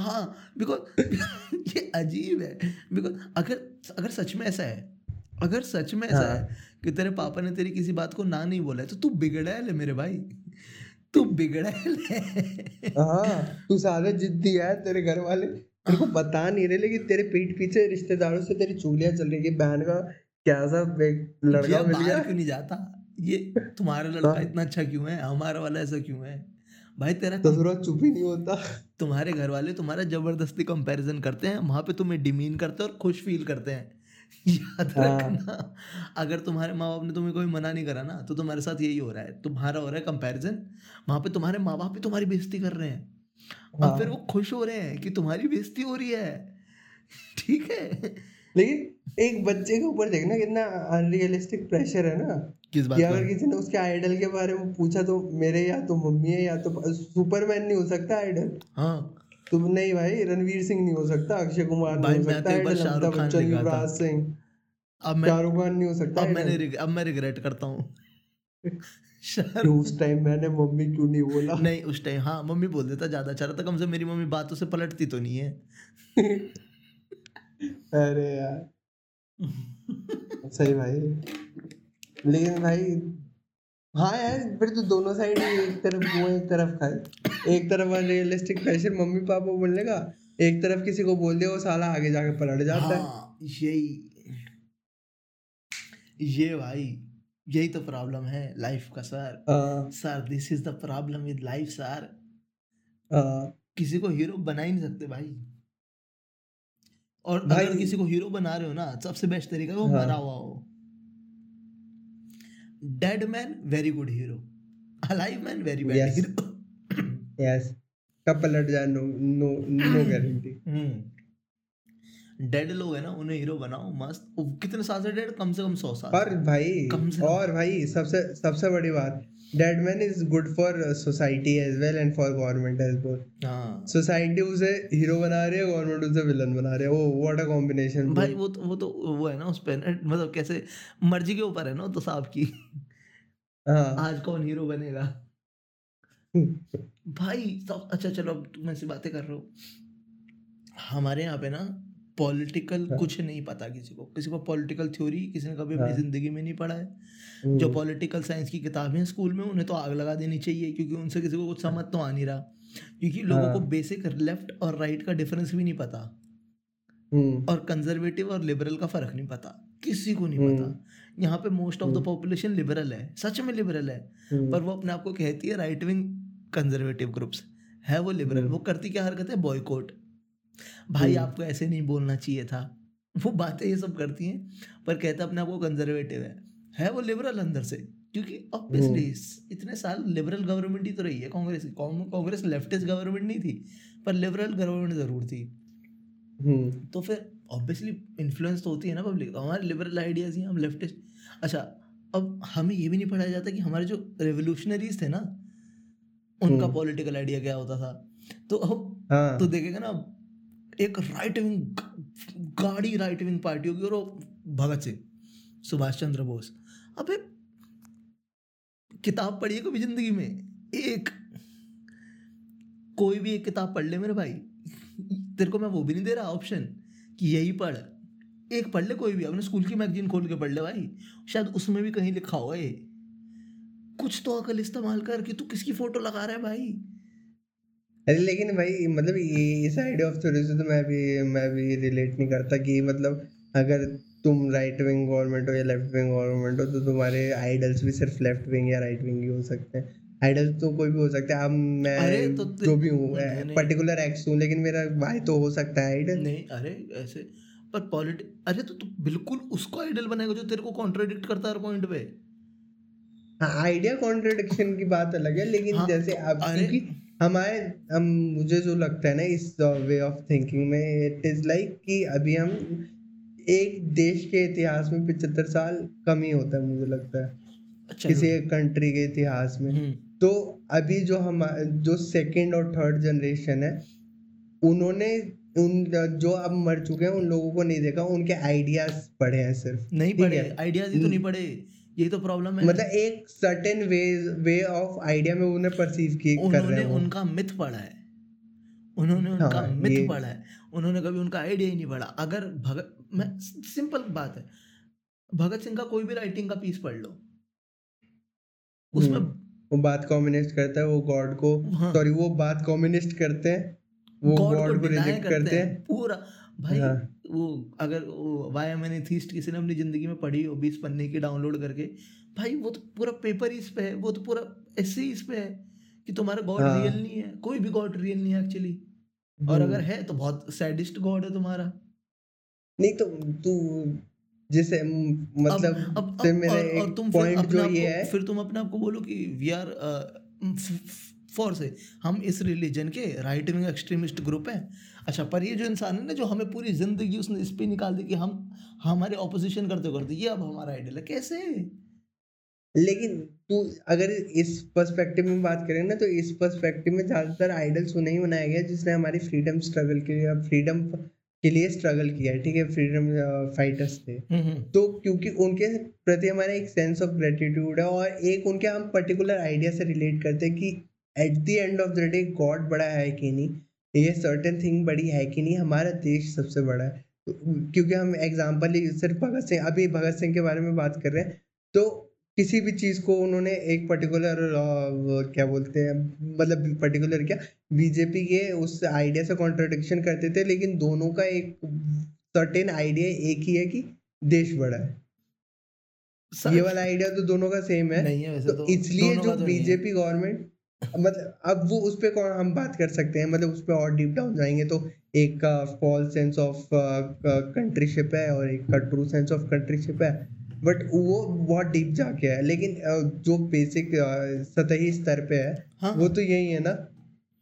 A: हाँ बिकॉज ये अजीब है बिकॉज अगर अगर सच में ऐसा है अगर सच में ऐसा
B: हाँ।
A: है कि तेरे पापा ने तेरी किसी बात को ना नहीं बोला है तो तू बिगड़ा है ले मेरे भाई तू बिगड़ा है ले
B: हाँ तू ज्यादा जिद्दी है तेरे घर वाले तेरे को बता नहीं रहे लेकिन तेरे पीठ पीछे रिश्तेदारों से तेरी चूलियां चल रही है बहन का क्या सा बे- लड़का
A: ये
B: मिल गया हाँ।
A: बाहर क्यों नहीं जाता ये तुम्हारा लड़का इतना अच्छा क्यों है हमारा वाला ऐसा क्यों है भाई तेरा
B: तो फिर वो चुप ही नहीं होता
A: तुम्हारे घर वाले तुम्हारा जबरदस्ती कंपैरिजन करते हैं वहां पे तुम्हें डिमीन करते हैं और खुश फील करते हैं याद
B: हाँ।
A: रखना अगर तुम्हारे माँ बाप ने तुम्हें कोई मना नहीं करा ना तो तुम्हारे साथ यही हो रहा है तुम्हारा हो रहा है कंपैरिजन वहां पे तुम्हारे माँ बाप भी तुम्हारी बेइज्जती कर रहे हैं
B: हाँ।
A: और फिर वो खुश हो रहे हैं कि तुम्हारी बेइज्जती हो रही है ठीक है
B: लेकिन एक बच्चे के ऊपर देखना कितना अनरियलिस्टिक प्रेशर है ना
A: किस बात तो
B: कि
A: पर?
B: अगर किसी ने उसके आइडल के बारे में पूछा तो मेरे या तो मम्मी है या तो सुपरमैन नहीं हो सकता आइडल
A: हाँ
B: तुम नहीं भाई रणवीर सिंह नहीं हो सकता अक्षय कुमार
A: भाई,
B: नहीं हो
A: मैं
B: सकता
A: तो एक बार
B: आइडल
A: शाहरुख खान
B: अमिताभ
A: लिखा
B: बच्चन
A: था।
B: युवराज सिंह
A: अब मैं
B: शाहरुख खान नहीं हो सकता
A: अब मैंने
B: idol।
A: रिग- अब मैं रिग्रेट करता हूँ
B: कि
A: शाहरुख
B: उस टाइम मैंने मम्मी क्यों नहीं बोला
A: नहीं उस टाइम हाँ मम्मी बोल देता ज्यादा अच्छा रहता कम से मेरी मम्मी बातों से पलटती तो नहीं है
B: अरे यार सही भाई लेकिन भाई हाँ यार फिर तो दोनों साइड एक तरफ वो एक तरफ खाए एक तरफ रियलिस्टिक प्रेशर मम्मी पापा बोलने का एक तरफ किसी को बोल दिया वो साला आगे जाके पलट जाता है
A: हाँ, यही ये भाई यही तो प्रॉब्लम है लाइफ का सर
B: हाँ,
A: sir this is the problem with life sir
B: हाँ,
A: किसी को हीरो बना ही नहीं सकते भाई और
B: भाई-
A: अगर किसी को हीरो बना रहे हो ना सबसे बेस्ट तरीका है वो
B: हाँ।
A: मरा हुआ हो dead man very good hero alive man very bad
B: Yes.
A: Hero
B: yes का पलट जाए no no no guarantee
A: dead हम्म। लोग है ना उन्हें हीरो बनाओ मस्त वो कितने साल से डेड कम से कम सौ साल
B: और
A: कम से
B: भाई
A: कम।
B: और भाई सबसे सबसे बड़ी बात dead man is good for society as well and for government as well
A: हाँ
B: सोसाइटी उसे हीरो बना रही है गवर्नमेंट उसे विलन बना रही है ओ व्हाट अ कॉम्बिनेशन
A: भाई वो तो वो तो वो है ना उस पे ना, मतलब कैसे मर्जी के ऊपर है ना वो तो साहब की
B: हाँ
A: आज कौन हीरो बनेगा भाई सब अच्छा चलो अब तुम ऐसी बातें कर रहे हो हमारे यहाँ पे ना पॉलिटिकल
B: हाँ।
A: कुछ नहीं पता किसी को किसी को पॉलिटिकल थ्योरी किसी ने कभी अपनी
B: हाँ।
A: जिंदगी में नहीं पढ़ा है
B: हम्म।
A: जो पॉलिटिकल साइंस की किताबें हैं स्कूल में उन्हें तो आग लगा देनी चाहिए क्योंकि उनसे किसी को कुछ समझ तो आ नहीं रहा क्योंकि लोगों
B: हाँ।
A: को बेसिक लेफ्ट और राइट का डिफरेंस भी नहीं पता
B: हम्म,
A: और कंजर्वेटिव और लिबरल का फर्क नहीं पता किसी को नहीं
B: हम्म।
A: पता यहाँ पे most of the
B: hmm.
A: Population liberal है सच में लिबरल है
B: हम्म,
A: पर वो अपने आप को कहती है राइट विंग कंजर्वेटिव ग्रुप्स है वो लिबरल
B: हम्म।
A: वो करती क्या हरकत है बॉयकॉट भाई
B: हम्म।
A: आपको ऐसे नहीं बोलना चाहिए था वो बातें ये सब करती हैं पर कहता अपने आप को कंजर्वेटिव है है वो लिबरल अंदर से क्योंकि ऑब्वियसली
B: हम्म।
A: इतने साल लिबरल गवर्नमेंट ही तो रही है कांग्रेस की कांग- कांग्रेस लेफ्टिस्ट गवर्नमेंट नहीं थी पर लिबरल गवर्नमेंट ज़रूर थी
B: हम्म,
A: तो फिर ऑब्वियसली इन्फ्लुएंस तो होती है ना पब्लिक हमारे लिबरल आइडियाज़ ही हैं, हम लेफ्टिस्ट अच्छा अब हमें ये भी नहीं पढ़ाया जाता कि हमारे जो रेवोल्यूशनरीज थे ना उनका
B: हम्म।
A: पॉलिटिकल आइडिया क्या होता था तो अब
B: हाँ
A: तो देखेगा ना एक राइट विंग गाड़ी राइट विंग पार्टी होगी और वो भगत सिंह सुभाष चंद्र बोस अबे किताब पढ़ी है कभी जिंदगी में एक कोई भी एक किताब पढ़ ले मेरे भाई तेरे को मैं वो भी नहीं दे रहा ऑप्शन कि यही पढ़ एक पढ़ ले कोई भी अपने स्कूल की मैगजीन खोल के पढ़ ले भाई शायद उसमें भी कहीं लिखा हुआ है कुछ तो अकल इस्तेमाल कर कि तू किसकी फोटो लगा रहा है भाई
B: अरे लेकिन भाई मतलब ये इस आइडिया ऑफ थ्योरी से तो मैं भी मैं भी रिलेट नहीं करता कि मतलब अगर तुम राइट विंग गवर्नमेंट हो या लेफ्ट विंग गवर्नमेंट हो तो तुम्हारे आइडल्स भी सिर्फ लेफ्ट विंग या राइट विंग ही हो सकते हैं आइडल्स तो कोई भी हो सकता है अब मैं
A: अरे तो ते-
B: जो भी हूँ
A: नहीं, नहीं।
B: पर्टिकुलर एक्स हूँ लेकिन मेरा भाई तो हो सकता है आइडल
A: नहीं अरे ऐसे पर पॉलिट अरे तो तू बिल्कुल उसको आइडल बनाएगा जो तेरे को कॉन्ट्रोडिक्ट करता है हर पॉइंट पे
B: हाँ आइडिया कॉन्ट्रडिक्शन की बात अलग है लेकिन
A: हाँ,
B: जैसे अब
A: अरे-
B: क्योंकि हमारे हम मुझे जो लगता है ना इस वे ऑफ थिंकिंग में इट इज लाइक कि अभी हम एक देश के इतिहास में पिचहत्तर साल कम ही होता है मुझे लगता है
A: अच्छा
B: किसी एक कंट्री के इतिहास में
A: हम्म,
B: तो अभी जो हम जो सेकंड और थर्ड जनरेशन है उन्होंने उन जो अब मर चुके हैं उन लोगों को नहीं देखा उनके आइडियाज पढ़े हैं सिर्फ
A: नहीं
B: ठीक
A: पढ़े
B: है। हम्म।
A: आइडियाज ही तो नहीं पढ़े यही तो प्रॉब्लम है
B: मतलब एक certain way way of idea में उन्हें परसीव किए कर रहे
A: उन्होंने
B: हैं वो।
A: उनका मिथ पढ़ा है उन्होंने उनका
B: हाँ,
A: मिथ
B: ये-
A: पढ़ा है उन्होंने कभी उनका आइडिया ही नहीं पढ़ा अगर भगत मैं सिंपल बात है भगत सिंह का कोई भी राइटिंग का पीस पढ़ लो उसमें
B: वो बात कम्युनिस्ट करता है वो गॉड को
A: हाँ।
B: सॉरी वो बात कम्युनिस्ट करते हैं तो वो
A: गॉड
B: गॉड को
A: को डिनाई
B: रिजेक्ट करते हैं
A: पूरा भाई
B: हाँ।
A: वो अगर वो वाई एम एनीथिस्ट किसी ने अपनी ज़िंदगी में पढ़ी हो बीस पन्ने की डाउनलोड करके भाई वो तो पूरा पेपर इस पे है वो तो पूरा ऐसे ही इस पे है कि तुम्हारा गॉड
B: हाँ। हम्म।
A: रियल नहीं है कोई भी गॉड रियल नहीं है एक्चुअली और अगर है तो बहुत सैडिस्ट गॉड है तुम्हारा
B: नहीं तो तू जिसे म, मतलब
A: अब, अब,
B: से
A: अब
B: मेरा
A: और, और
B: एक
A: तुम फिर
B: पॉइंट
A: अपने
B: जो
A: आप
B: ये
A: को-
B: है
A: फिर तुम अपने आप को बोलो कि uh, we are mm, for से हम इस रिलीजन के राइट विंग एक्सट्रीमिस्ट ग्रुप हैं अच्छा पर ये जो इंसान है ना जो हमें पूरी जिंदगी उसने इस पे निकाल दी कि हम हमारे ऑपोजिशन करते करते ये अब हमारा आइडियल है कैसे
B: लेकिन तू अगर इस पर्सपेक्टिव में बात करें ना तो इस पर्सपेक्टिव में ज़्यादातर आइडल्स उन्हें ही बनाया गया है जिसने हमारी फ्रीडम स्ट्रगल के लिए फ्रीडम के लिए स्ट्रगल किया है ठीक है फ्रीडम फाइटर्स थे तो क्योंकि उनके प्रति हमारा एक सेंस ऑफ ग्रेटिट्यूड है और एक उनके हम पर्टिकुलर आइडिया से रिलेट करते हैं कि at the end of the day god बड़ा है कि नहीं ये सर्टेन थिंग बड़ी है कि नहीं हमारा देश सबसे बड़ा है तो क्योंकि हम एग्जाम्पल ही सिर्फ भगत सिंह अभी भगत सिंह के बारे में बात कर रहे हैं तो किसी भी चीज़ को उन्होंने एक पर्टिकुलर क्या बोलते हैं मतलब पर्टिकुलर क्या बीजेपी के उस आइडिया से कॉन्ट्रडिक्शन करते थे लेकिन दोनों का एक सर्टेन आइडिया एक ही है कि देश बड़ा है
A: सच-
B: ये वाला आइडिया तो दोनों का सेम है
A: नहीं है वैसे
B: तो
A: तो
B: इसलिए
A: दोनों
B: जो
A: का तो नहीं है।
B: बीजेपी गवर्नमेंट मतलब अब वो उस पे कौन हम बात कर सकते हैं मतलब उस पे और डीप डाउन जाएंगे तो एक का false sense of countryship uh, है और एक uh, का ट्रू सेंस ऑफ कंट्रीशिप है बट वो बहुत डीप जाके है लेकिन अ, जो बेसिक सतही स्तर पे है
A: हाँ
B: वो तो यही है ना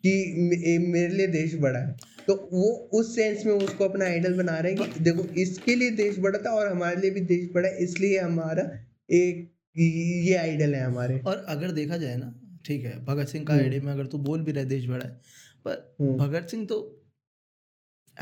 B: कि मे- ए- मेरे लिए देश बड़ा है तो वो उस सेंस में उसको अपना आइडल बना रहे हैं कि देखो इसके लिए देश बड़ा था और हमारे लिए भी देश बड़ा है इसलिए हमारा एक ये आइडल है हमारे
A: और अगर देखा जाए ना ठीक है भगत सिंह का
B: हम्म।
A: आईडी में अगर तू बोल भी रहे देश बड़ा है पर
B: हम्म।
A: भगत सिंह तो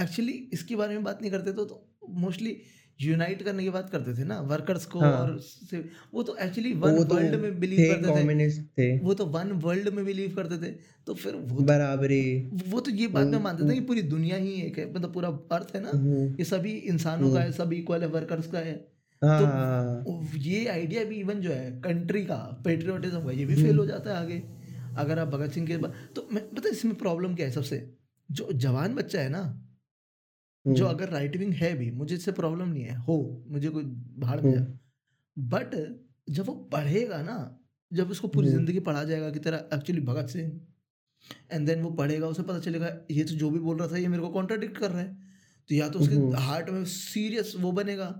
A: एक्चुअली इसके बारे में बात नहीं करते तो, तो मोस्टली यूनाइट करने की बात करते थे ना वर्कर्स को
B: हाँ।
A: और से, वो तो एक्चुअली वन
B: वो तो
A: वर्ल्ड में
B: थे
A: बिलीव करते थे
B: कम्युनिस्ट थे
A: वो तो वन वर्ल्ड में बिलीव करते थे तो फिर वो
B: बराबरी
A: वो तो ये बात में
B: हम्म,
A: मानते थे कि पूरी दुनिया ही एक है मतलब पूरा अर्थ है ना
B: हम्म,
A: ये सभी इंसानों का है सब इक्वल है वर्कर्स का है तो
B: हाँ
A: ये आइडिया भी इवन जो है कंट्री का पेट्रियोटिज्म का ये भी
B: हम्म।
A: फेल हो जाता है आगे अगर आप भगत सिंह के बा- तो मैं पता है इसमें प्रॉब्लम क्या है सबसे जो जवान बच्चा है ना जो
B: हम्म,
A: अगर राइट विंग है भी मुझे इससे प्रॉब्लम नहीं है हो मुझे कोई भाड़ में
B: हम्म।
A: जा बट जब वो पढ़ेगा ना जब उसको पूरी
B: हम्म।
A: जिंदगी पढ़ा जाएगा कि तेरा actually Bhagat Singh and then वो पढ़ेगा उसे पता चलेगा ये तो जो भी बोल रहा था ये मेरे को कॉन्ट्राडिक्ट कर रहा है तो या तो
B: हम्म।
A: उसके हार्ट में सीरियस वो बनेगा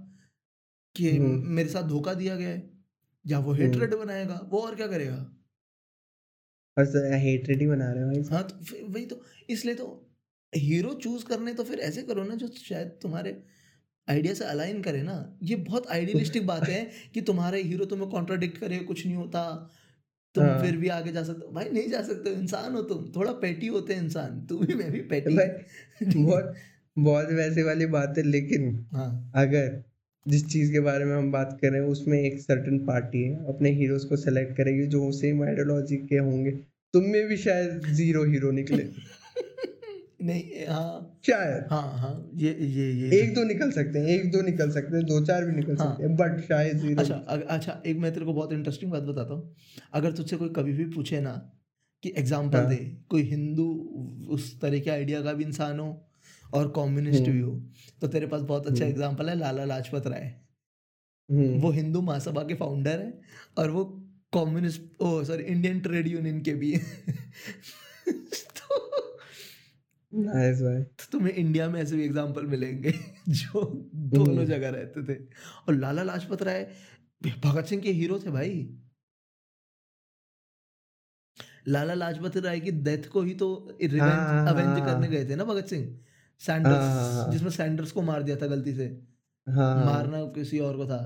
A: कि
B: हम्म।
A: मेरे साथ धोखा दिया गया है या वो
B: हम्म।
A: हेटरेड बनाएगा वो और क्या करेगा
B: बस हेटरेड ही बना रहे हैं भाई
A: हाँ तो फिर वही तो इसलिए तो हीरो चूज करने तो फिर ऐसे करो ना जो शायद तुम्हारे आइडिया से अलाइन करे ना ये बहुत आइडियलिस्टिक बात है कि तुम्हारे हीरो तुम्हें कॉन्ट्राडिक्ट करे कुछ नहीं होता तुम
B: हाँ।
A: फिर भी आगे जा सकते हो भाई नहीं जा सकते हो, इंसान हो तुम थोड़ा पेटी होते हैं इंसान तू भी मैं भी पेटी
B: भाई बहुत बहुत वैसे वाली बात है लेकिन
A: हाँ
B: अगर जिस चीज के बारे में हम बात कर रहे हैं उसमें एक सर्टेन पार्टी है अपने हीरोज को सेलेक्ट करेगी जो सेम आइडियोलॉजी के होंगे तुम में भी शायद जीरो हीरो निकले
A: नहीं हाँ
B: शायद
A: हाँ हाँ ये ये ये तो
B: एक दो निकल सकते हैं एक दो निकल सकते हैं दो चार भी निकल
A: हाँ।
B: सकते हैं बट शायद जीरो
A: अच्छा अग- अच्छा एक मैं तेरे को बहुत इंटरेस्टिंग बात बताता हूँ अगर तुझसे कोई कभी भी पूछे ना कि एग्जाम्पल
B: हाँ।
A: दे कोई हिंदू उस तरह के आइडिया का भी इंसान हो और कम्युनिस्ट
B: हम्म।
A: भी हो तो तेरे पास बहुत अच्छा
B: हम्म।
A: एग्जाम्पल है लाला लाजपत राय
B: हम्म,
A: वो हिंदू महासभा के फाउंडर हैं और वो communist oh sorry Indian trade union के भी हैं तो,
B: nice भाई
A: तो तुम्हें इंडिया में ऐसे भी एग्जाम्पल मिलेंगे जो दोनों
B: हम्म।
A: जगह रहते थे और लाला लाजपत राय भगत सिंह के हीरो थे भाई लाला लाजपत राय की डेथ को ही तो
B: हाँ,
A: रिवेंज अवेंज
B: हाँ,
A: करने
B: हाँ।
A: गए थे ना भगत सिंह
B: हाँ, हाँ, हाँ।
A: सैंडर्स जिसमें सैंडर्स को मार दिया था गलती से
B: हाँ
A: मारना किसी और को था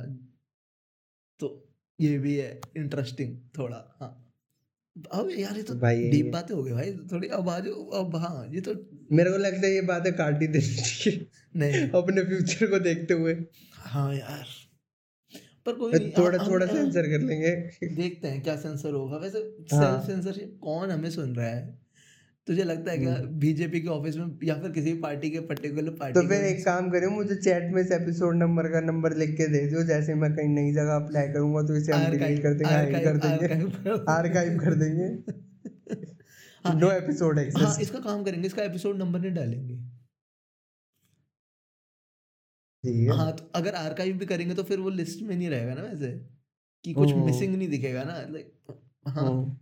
A: तो ये भी है इंटरेस्टिंग थोड़ा हाँ अब यार ये तो
B: भाई ये-
A: डीप बातें हो गई भाई थोड़ी अब आज अब हाँ ये तो
B: मेरे को लगता है ये बातें काट ही देनी चाहिए
A: नहीं
B: अपने फ्यूचर को देखते हुए
A: हाँ यार पर कोई नहीं,
B: थोड़ा
A: हम-
B: थोड़ा
A: हम-
B: सेंसर कर लेंगे
A: देखते हैं क्या सेंसर होगा वैसे
B: हाँ।
A: सेल्फ सेंसरशिप कौन हमें सुन रहा है तुझे लगता है क्या बीजेपी के ऑफिस में या फिर किसी भी पार्टी के पर्टिकुलर पार्टी
B: हम्म। तो फिर एक काम करियो मुझे चैट में इस एपिसोड नंबर का नंबर लिख के दे दियो जैसे मैं कहीं नई जगह अप्लाई करूंगा तो इसे हम डिलीट कर देंगे hide कर देंगे आर्काइव कर देंगे नो एपिसोड
A: हाँ
B: एक्सेस
A: इसका काम करेंगे इसका एपिसोड नंबर नहीं डालेंगे
B: ठीक है
A: हाँ तो अगर आर्काइव भी करेंगे तो फिर वो लिस्ट में नहीं रहेगा ना वैसे कि कुछ
B: हम्म।
A: मिसिंग नहीं दिखेगा ना लाइक हाँ
B: हम्म,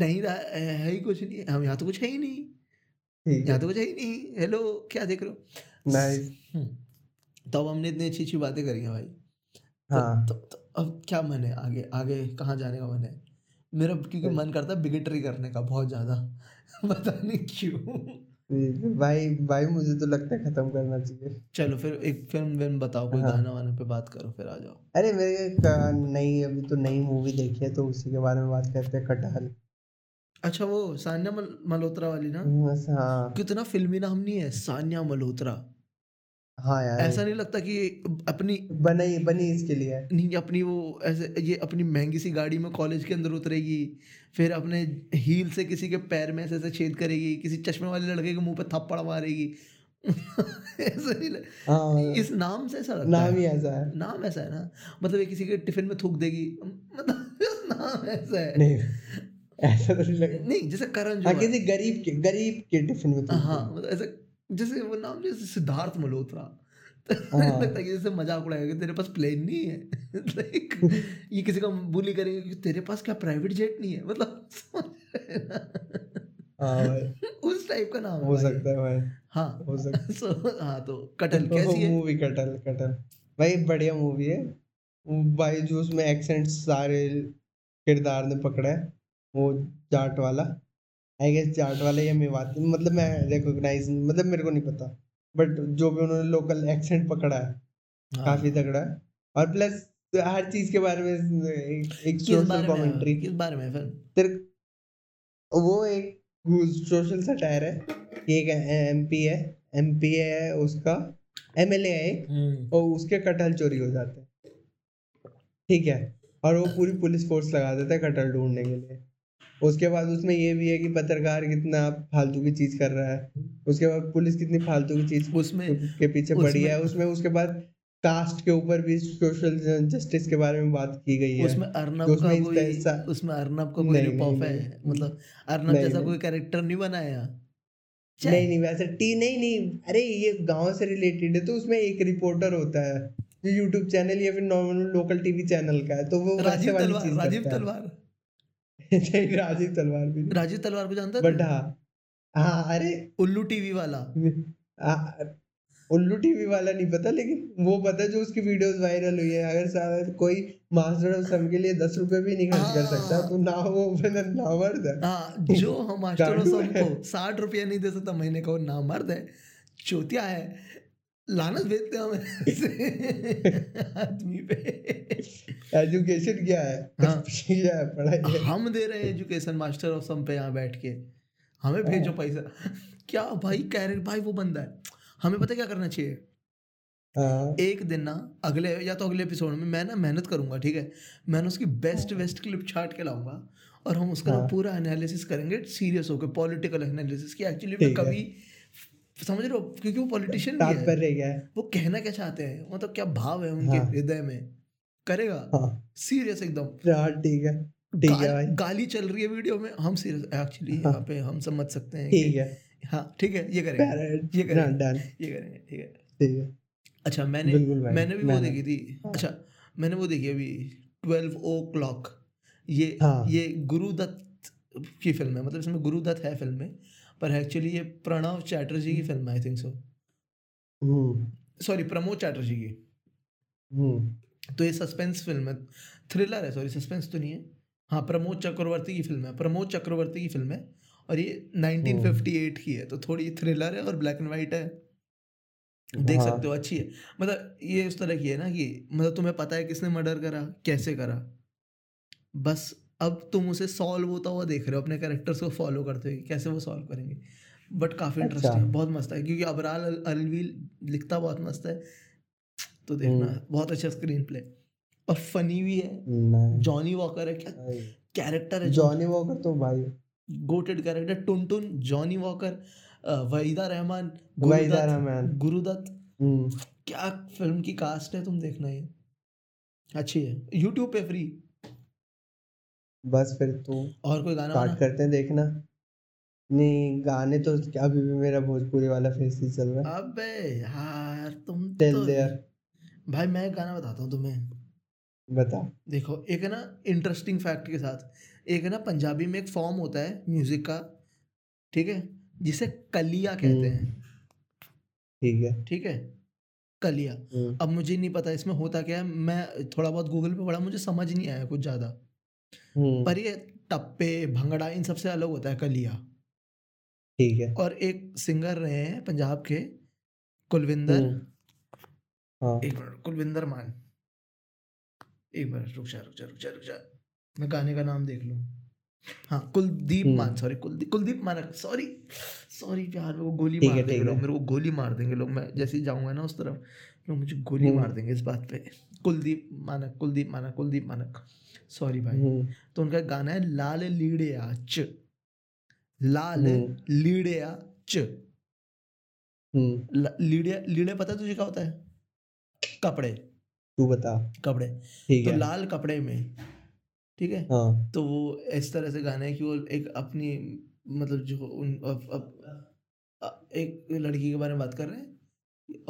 A: नहीं रहा है है ही कुछ नहीं हम यहाँ तो कुछ है ही नहीं
B: ठीक
A: यहाँ
B: है
A: तो कुछ है ही नहीं हेलो क्या देख रहे हो
B: नाइस
A: हम्म। तो अब हमने इतनी अच्छी अच्छी बातें करी हैं भाई तो,
B: हाँ
A: तो, तो अब क्या मन है आगे आगे कहाँ जाने का मन है मेरा क्योंकि मन करता है बिगेटरी करने का बहुत ज़्यादा पता नहीं क्यों
B: ठीक है। भाई भाई मुझे तो लगता है खत्म करना चाहिए
A: चलो फिर एक फिल्म विल्म बताओ कोई
B: हाँ।
A: गाना वाना पे बात करो फिर आ जाओ
B: अरे मेरे का- नई अभी तो नई मूवी देखी है तो उसी के बारे में बात करते हैं कटहल
A: अच्छा वो सान्या मल, मल्होत्रा वाली ना
B: बस हाँ
A: कितना फिल्मी नाम नहीं है सान्या मल्होत्रा
B: हाँ यार
A: ऐसा नहीं लगता कि ये अपनी
B: बनी बनी इसके लिए है।
A: नहीं अपनी वो ऐसे ये अपनी महंगी सी गाड़ी में कॉलेज के अंदर उतरेगी फिर अपने हील से किसी के पैर में ऐसे ऐसे छेद करेगी किसी चश्मे वाले लड़के के मुंह पे थप्पड़ मारेगी ऐसा नहीं लग-
B: हाँ
A: इस नाम से ऐसा लगता
B: नाम
A: है
B: ही ऐसा है
A: नाम ऐसा है ना मतलब ये किसी के टिफिन में थूक देगी मतलब नाम ऐसा है
B: नहीं ऐसा तो नहीं लगता
A: नहीं जैसे करण
B: हाँ
A: जोहर
B: किसी गरीब के गरीब के टिफिन में तुम
A: हाँ मतलब ऐसे जैसे वो नाम जैसे सिद्धार्थ मल्होत्रा
B: हाँ।
A: लगता है कि जैसे मजाक उड़ाएगा कि तेरे पास प्लेन नहीं है लाइक ये किसी को बुली करेंगे कि तेरे पास क्या प्राइवेट जेट नहीं है मतलब समझ रहे हैं ना?
B: हाँ भाई
A: उस टाइप का नाम है
B: हो
A: भाई।
B: सकता है भाई
A: हाँ
B: हो सकता
A: सो हाँ तो कटल कैसी है
B: मूवी कटल कटल भाई बढ़िया मूवी है भाई जो उसमें एक्सेंट सारे किरदार ने पकड़ा है वो जाट वाला आई गेस जाट वाला या मेवाती मतलब मैं रिकॉग्नाइज मतलब मेरे को नहीं पता बट जो भी उन्होंने लोकल एक्सेंट पकड़ा है
A: हाँ,
B: काफी तगड़ा है और प्लस हर चीज के बारे में एक, एक
A: किस बारे
B: सोशल
A: में है?
B: कमेंट्री
A: किस बारे में है फिल्म
B: तेरे वो एक सोशल सटायर है कि एक एमपी है एमपी है उसका एमएलए है एक और उसके कटहल चोरी हो जाते हैं ठीक है और वो पूरी पुलिस फोर्स लगा देता है कटहल ढूंढने के लिए उसके बाद उसमें ये भी है कि पत्रकार कितना फालतू की चीज कर रहा है उसके बाद पुलिस कितनी फालतू की चीज
A: उसमें
B: के पीछे पड़ी
A: उसमें-
B: है उसमें उसके बाद कास्ट के ऊपर भी सोशल जस्टिस के बारे में बात की गई है
A: उसमें अर्नब
B: तो
A: का
B: उसमें इसका
A: कोई
B: हिस्सा-
A: उसमें अर्नब का कोई
B: नहीं,
A: रिप ऑफ
B: नहीं,
A: है
B: नहीं।
A: मतलब अर्नब
B: नहीं,
A: जैसा
B: नहीं।
A: कोई कैरेक्टर नहीं बनाया
B: नहीं नहीं वैसे टी नहीं नहीं अरे ये गांव से रिलेटेड है तो उसमें एक रिपोर्टर होता है जो यूट्यूब चैनल या फिर नॉर्मल लोकल टीवी चैनल का है तो वो वैसे
A: राजीव
B: वाली
A: तलवार
B: चीज
A: राजीव
B: करता है।
A: तलवार
B: नहीं, राजीव तलवार भी नहीं।
A: राजीव तलवार को जानता
B: बट
A: है
B: हाँ हाँ अरे
A: उल्लू टीवी वाला
B: आ- उल्लू टीवी वाला नहीं पता लेकिन वो पता है जो उसकी वीडियोस वायरल हुई है अगर सा- कोई मास्टर ऑफ सम के लिए दस रुपए भी नहीं खर्च कर सकता
A: हाँ।
B: तो ना वो बंदा ना मर्द है
A: हाँ जो हम मास्टर
B: गांडू है।
A: को साठ रुपया नहीं दे सकता महीने का वो नामर्द है चोतिया है लानत भेजते हैं हमें ऐसे आदमी पे
B: एजुकेशन क्या है
A: हाँ।
B: क्या है पढ़ाई है
A: हम दे रहे हैं एजुकेशन मास्टर ऑफ सम पे यहाँ बैठ के हमें भेजो पैसा क्या भाई कह रहे भाई वो बंदा है हमें पता है क्या करना चाहिए
B: हाँ
A: एक दिन ना अगले या तो अगले एपिसोड में मैं ना मेहनत करूंगा ठीक है मैं ना उसकी बेस्ट वेस्ट क्लिप छाट के लाऊंगा और हम उसका ना
B: हाँ।
A: पूरा एनालिसिस करेंगे सीरियस होकर पॉलिटिकल एनालिसिस कि एक्चुअली मैं
B: ठीक है। हाँ,
A: कभी समझ रहे हो क्योंकि वो पॉलिटिशियन भी है
B: तात्पर्य क्या है
A: वो कहना क्या चाहते हैं मतलब क्या भाव है उनके
B: हाँ।
A: हृदय में करेगा
B: हाँ
A: सीरियस एकदम
B: हाँ ठीक है ठीक है भाई
A: गाल- गाली चल रही है वीडियो में हम सीरियस एक्चुअली
B: हाँ।
A: यहाँ पे हम समझ सकते हैं
B: ठीक
A: कि-
B: है
A: हाँ ठीक है ये करेंगे
B: पैरेट
A: ये करेंगे
B: डन
A: ये करेंगे ठीक है
B: ठीक है
A: अच्छा मैंने
B: बिल्कुल भाई
A: मैंने भी वो देखी थी
B: हाँ।
A: अच्छा मैंने वो देखी अभी ट्वेल्व ओ क्लॉक ये
B: हाँ।
A: ये गुरुदत्त की फिल्म है मतलब इसमें गुरुदत्त है फिल्म में पर एक्चुअली ये प्रणव चैटर्जी की फिल्म है I think so
B: hmm
A: sorry Pramod Chatterjee की
B: हम्म
A: तो ये सस्पेंस फिल्म है थ्रिलर है सॉरी सस्पेंस तो नहीं है हाँ प्रमोद चक्रवर्ती की फिल्म है प्रमोद चक्रवर्ती की फिल्म है और ये 1958 की है तो थोड़ी थ्रिलर है और ब्लैक एंड वाइट है देख
B: हाँ।
A: सकते हो अच्छी है मतलब ये उस तरह की है ना कि मतलब तुम्हें पता है किसने मर्डर करा कैसे करा बस अब तुम उसे सॉल्व होता हुआ देख रहे हो अपने कैरेक्टर्स को फॉलो करते हुए कैसे वो सॉल्व करेंगे बट काफ़ी
B: अच्छा।
A: इंटरेस्टिंग है बहुत मस्त है क्योंकि अबराल अल- अलवी लिखता बहुत मस्त है तो देखना बहुत अच्छा स्क्रीन प्ले और फनी भी है
B: नहीं
A: जॉनी वॉकर है क्या कैरेक्टर है
B: जॉनी वॉकर तो भाई
A: goated character Tuntun Johnny walker Waheeda Rehman
B: वाइदा
A: Guru Dutt
B: Rehman
A: Guru Dutt
B: हम्म
A: क्या फिल्म की कास्ट है तुम देखना ये अच्छी है यूट्यूब पे फ्री
B: बस फिर तू
A: और कोई गाना
B: स्टार्ट
A: वाना?
B: करते हैं देखना नहीं गाने तो अभी भी मेरा भोजपुरी वाला फेस ही चल रहा है
A: अबे यार तुम
B: टेल
A: तो
B: देयर
A: भाई मैं एक गाना बताता हूँ तुम्हें
B: बता
A: देखो एक है ना इंटरेस्टिंग फैक्ट के साथ एक है ना पंजाबी में एक फॉर्म होता है म्यूजिक का ठीक है जिसे कलिया कहते
B: हम्म।
A: हैं
B: ठीक है
A: ठीक है कलिया
B: हम्म,
A: अब मुझे नहीं पता इसमें होता क्या है मैं थोड़ा बहुत गूगल पे पढ़ा मुझे समझ नहीं आया कुछ ज़्यादा
B: हम्म,
A: पर ये टप्पे भंगड़ा इन सबसे अलग होता है कलिया
B: ठीक है
A: और एक सिंगर रहे हैं पंजाब के कुलविंदर
B: हम्म, हाँ
A: एक मिनट कुलविंदर मान एक मिनट रुक जा रुक जा रुक जा रुक जा मैं गाने का नाम देख लूं हाँ कुलदीप
B: हम्म।
A: मान सॉरी कुलदीप कुलदीप मानक सॉरी सॉरी यार मेरे को गोली
B: ठीक
A: मार
B: है,
A: देंगे
B: ठीक
A: लोग
B: है।
A: मेरे को गोली मार देंगे लोग मैं जैसे ही जाऊंगा ना उस तरफ लोग मुझे गोली
B: हम्म।
A: मार देंगे इस बात पे कुलदीप मानक कुलदीप मानक कुलदीप मानक सॉरी भाई
B: हम्म,
A: तो उनका गाना है लाल लीड़िया च लाल
B: हम्म।
A: लीड़िया च
B: हम्म,
A: ल- लीड़े लीड़े पता है तुझे क्या होता है कपड़े
B: तू बता
A: कपड़े
B: ठीक
A: तो
B: है
A: लाल कपड़े में ठीक है
B: हाँ
A: तो वो इस तरह से गाना है कि वो एक अपनी मतलब जो उन अप, अप, अ- एक लड़की के बारे में बात कर रहे हैं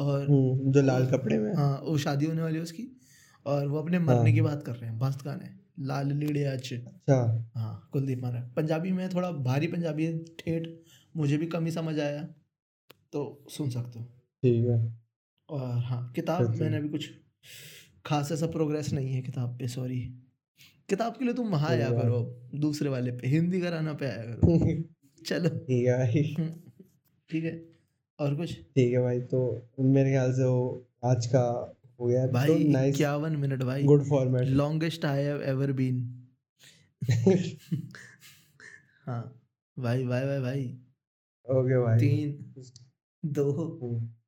A: और
B: हम्म, जो लाल कपड़े में है।
A: हाँ वो शादी होने वाली है उसकी और वो अपने मरने
B: हाँ।
A: की बात कर रहे हैं मस्त गाना है लाल लीड़े अच्छे
B: अच्छा
A: हाँ कुलदीप मारा पंजाबी में थोड़ा भारी पंजाबी है ठेठ मुझे भी कम ही समझ आया तो सुन सकते हो
B: ठीक है
A: और हाँ किताब
B: अच्छा।
A: मैंने अभी कुछ खास ऐसा प्रोग्रेस नहीं है किताब पे सॉरी किताब के लिए तुम वहाँ
B: कोई
A: आया
B: बात
A: करो अब, दूसरे वाले पे हिंदी कराना पे आया करो
B: ठीक
A: चलो
B: है भाई
A: ठीक है और कुछ
B: ठीक है भाई तो मेरे ख्याल से वो आज का हो गया है। तो
A: भाई
B: नाइस
A: इक्यावन मिनट भाई
B: good format
A: longest I have ever been हाँ भाई भाई भाई भाई
B: ओके भाई
A: तीन दो
B: हम्म,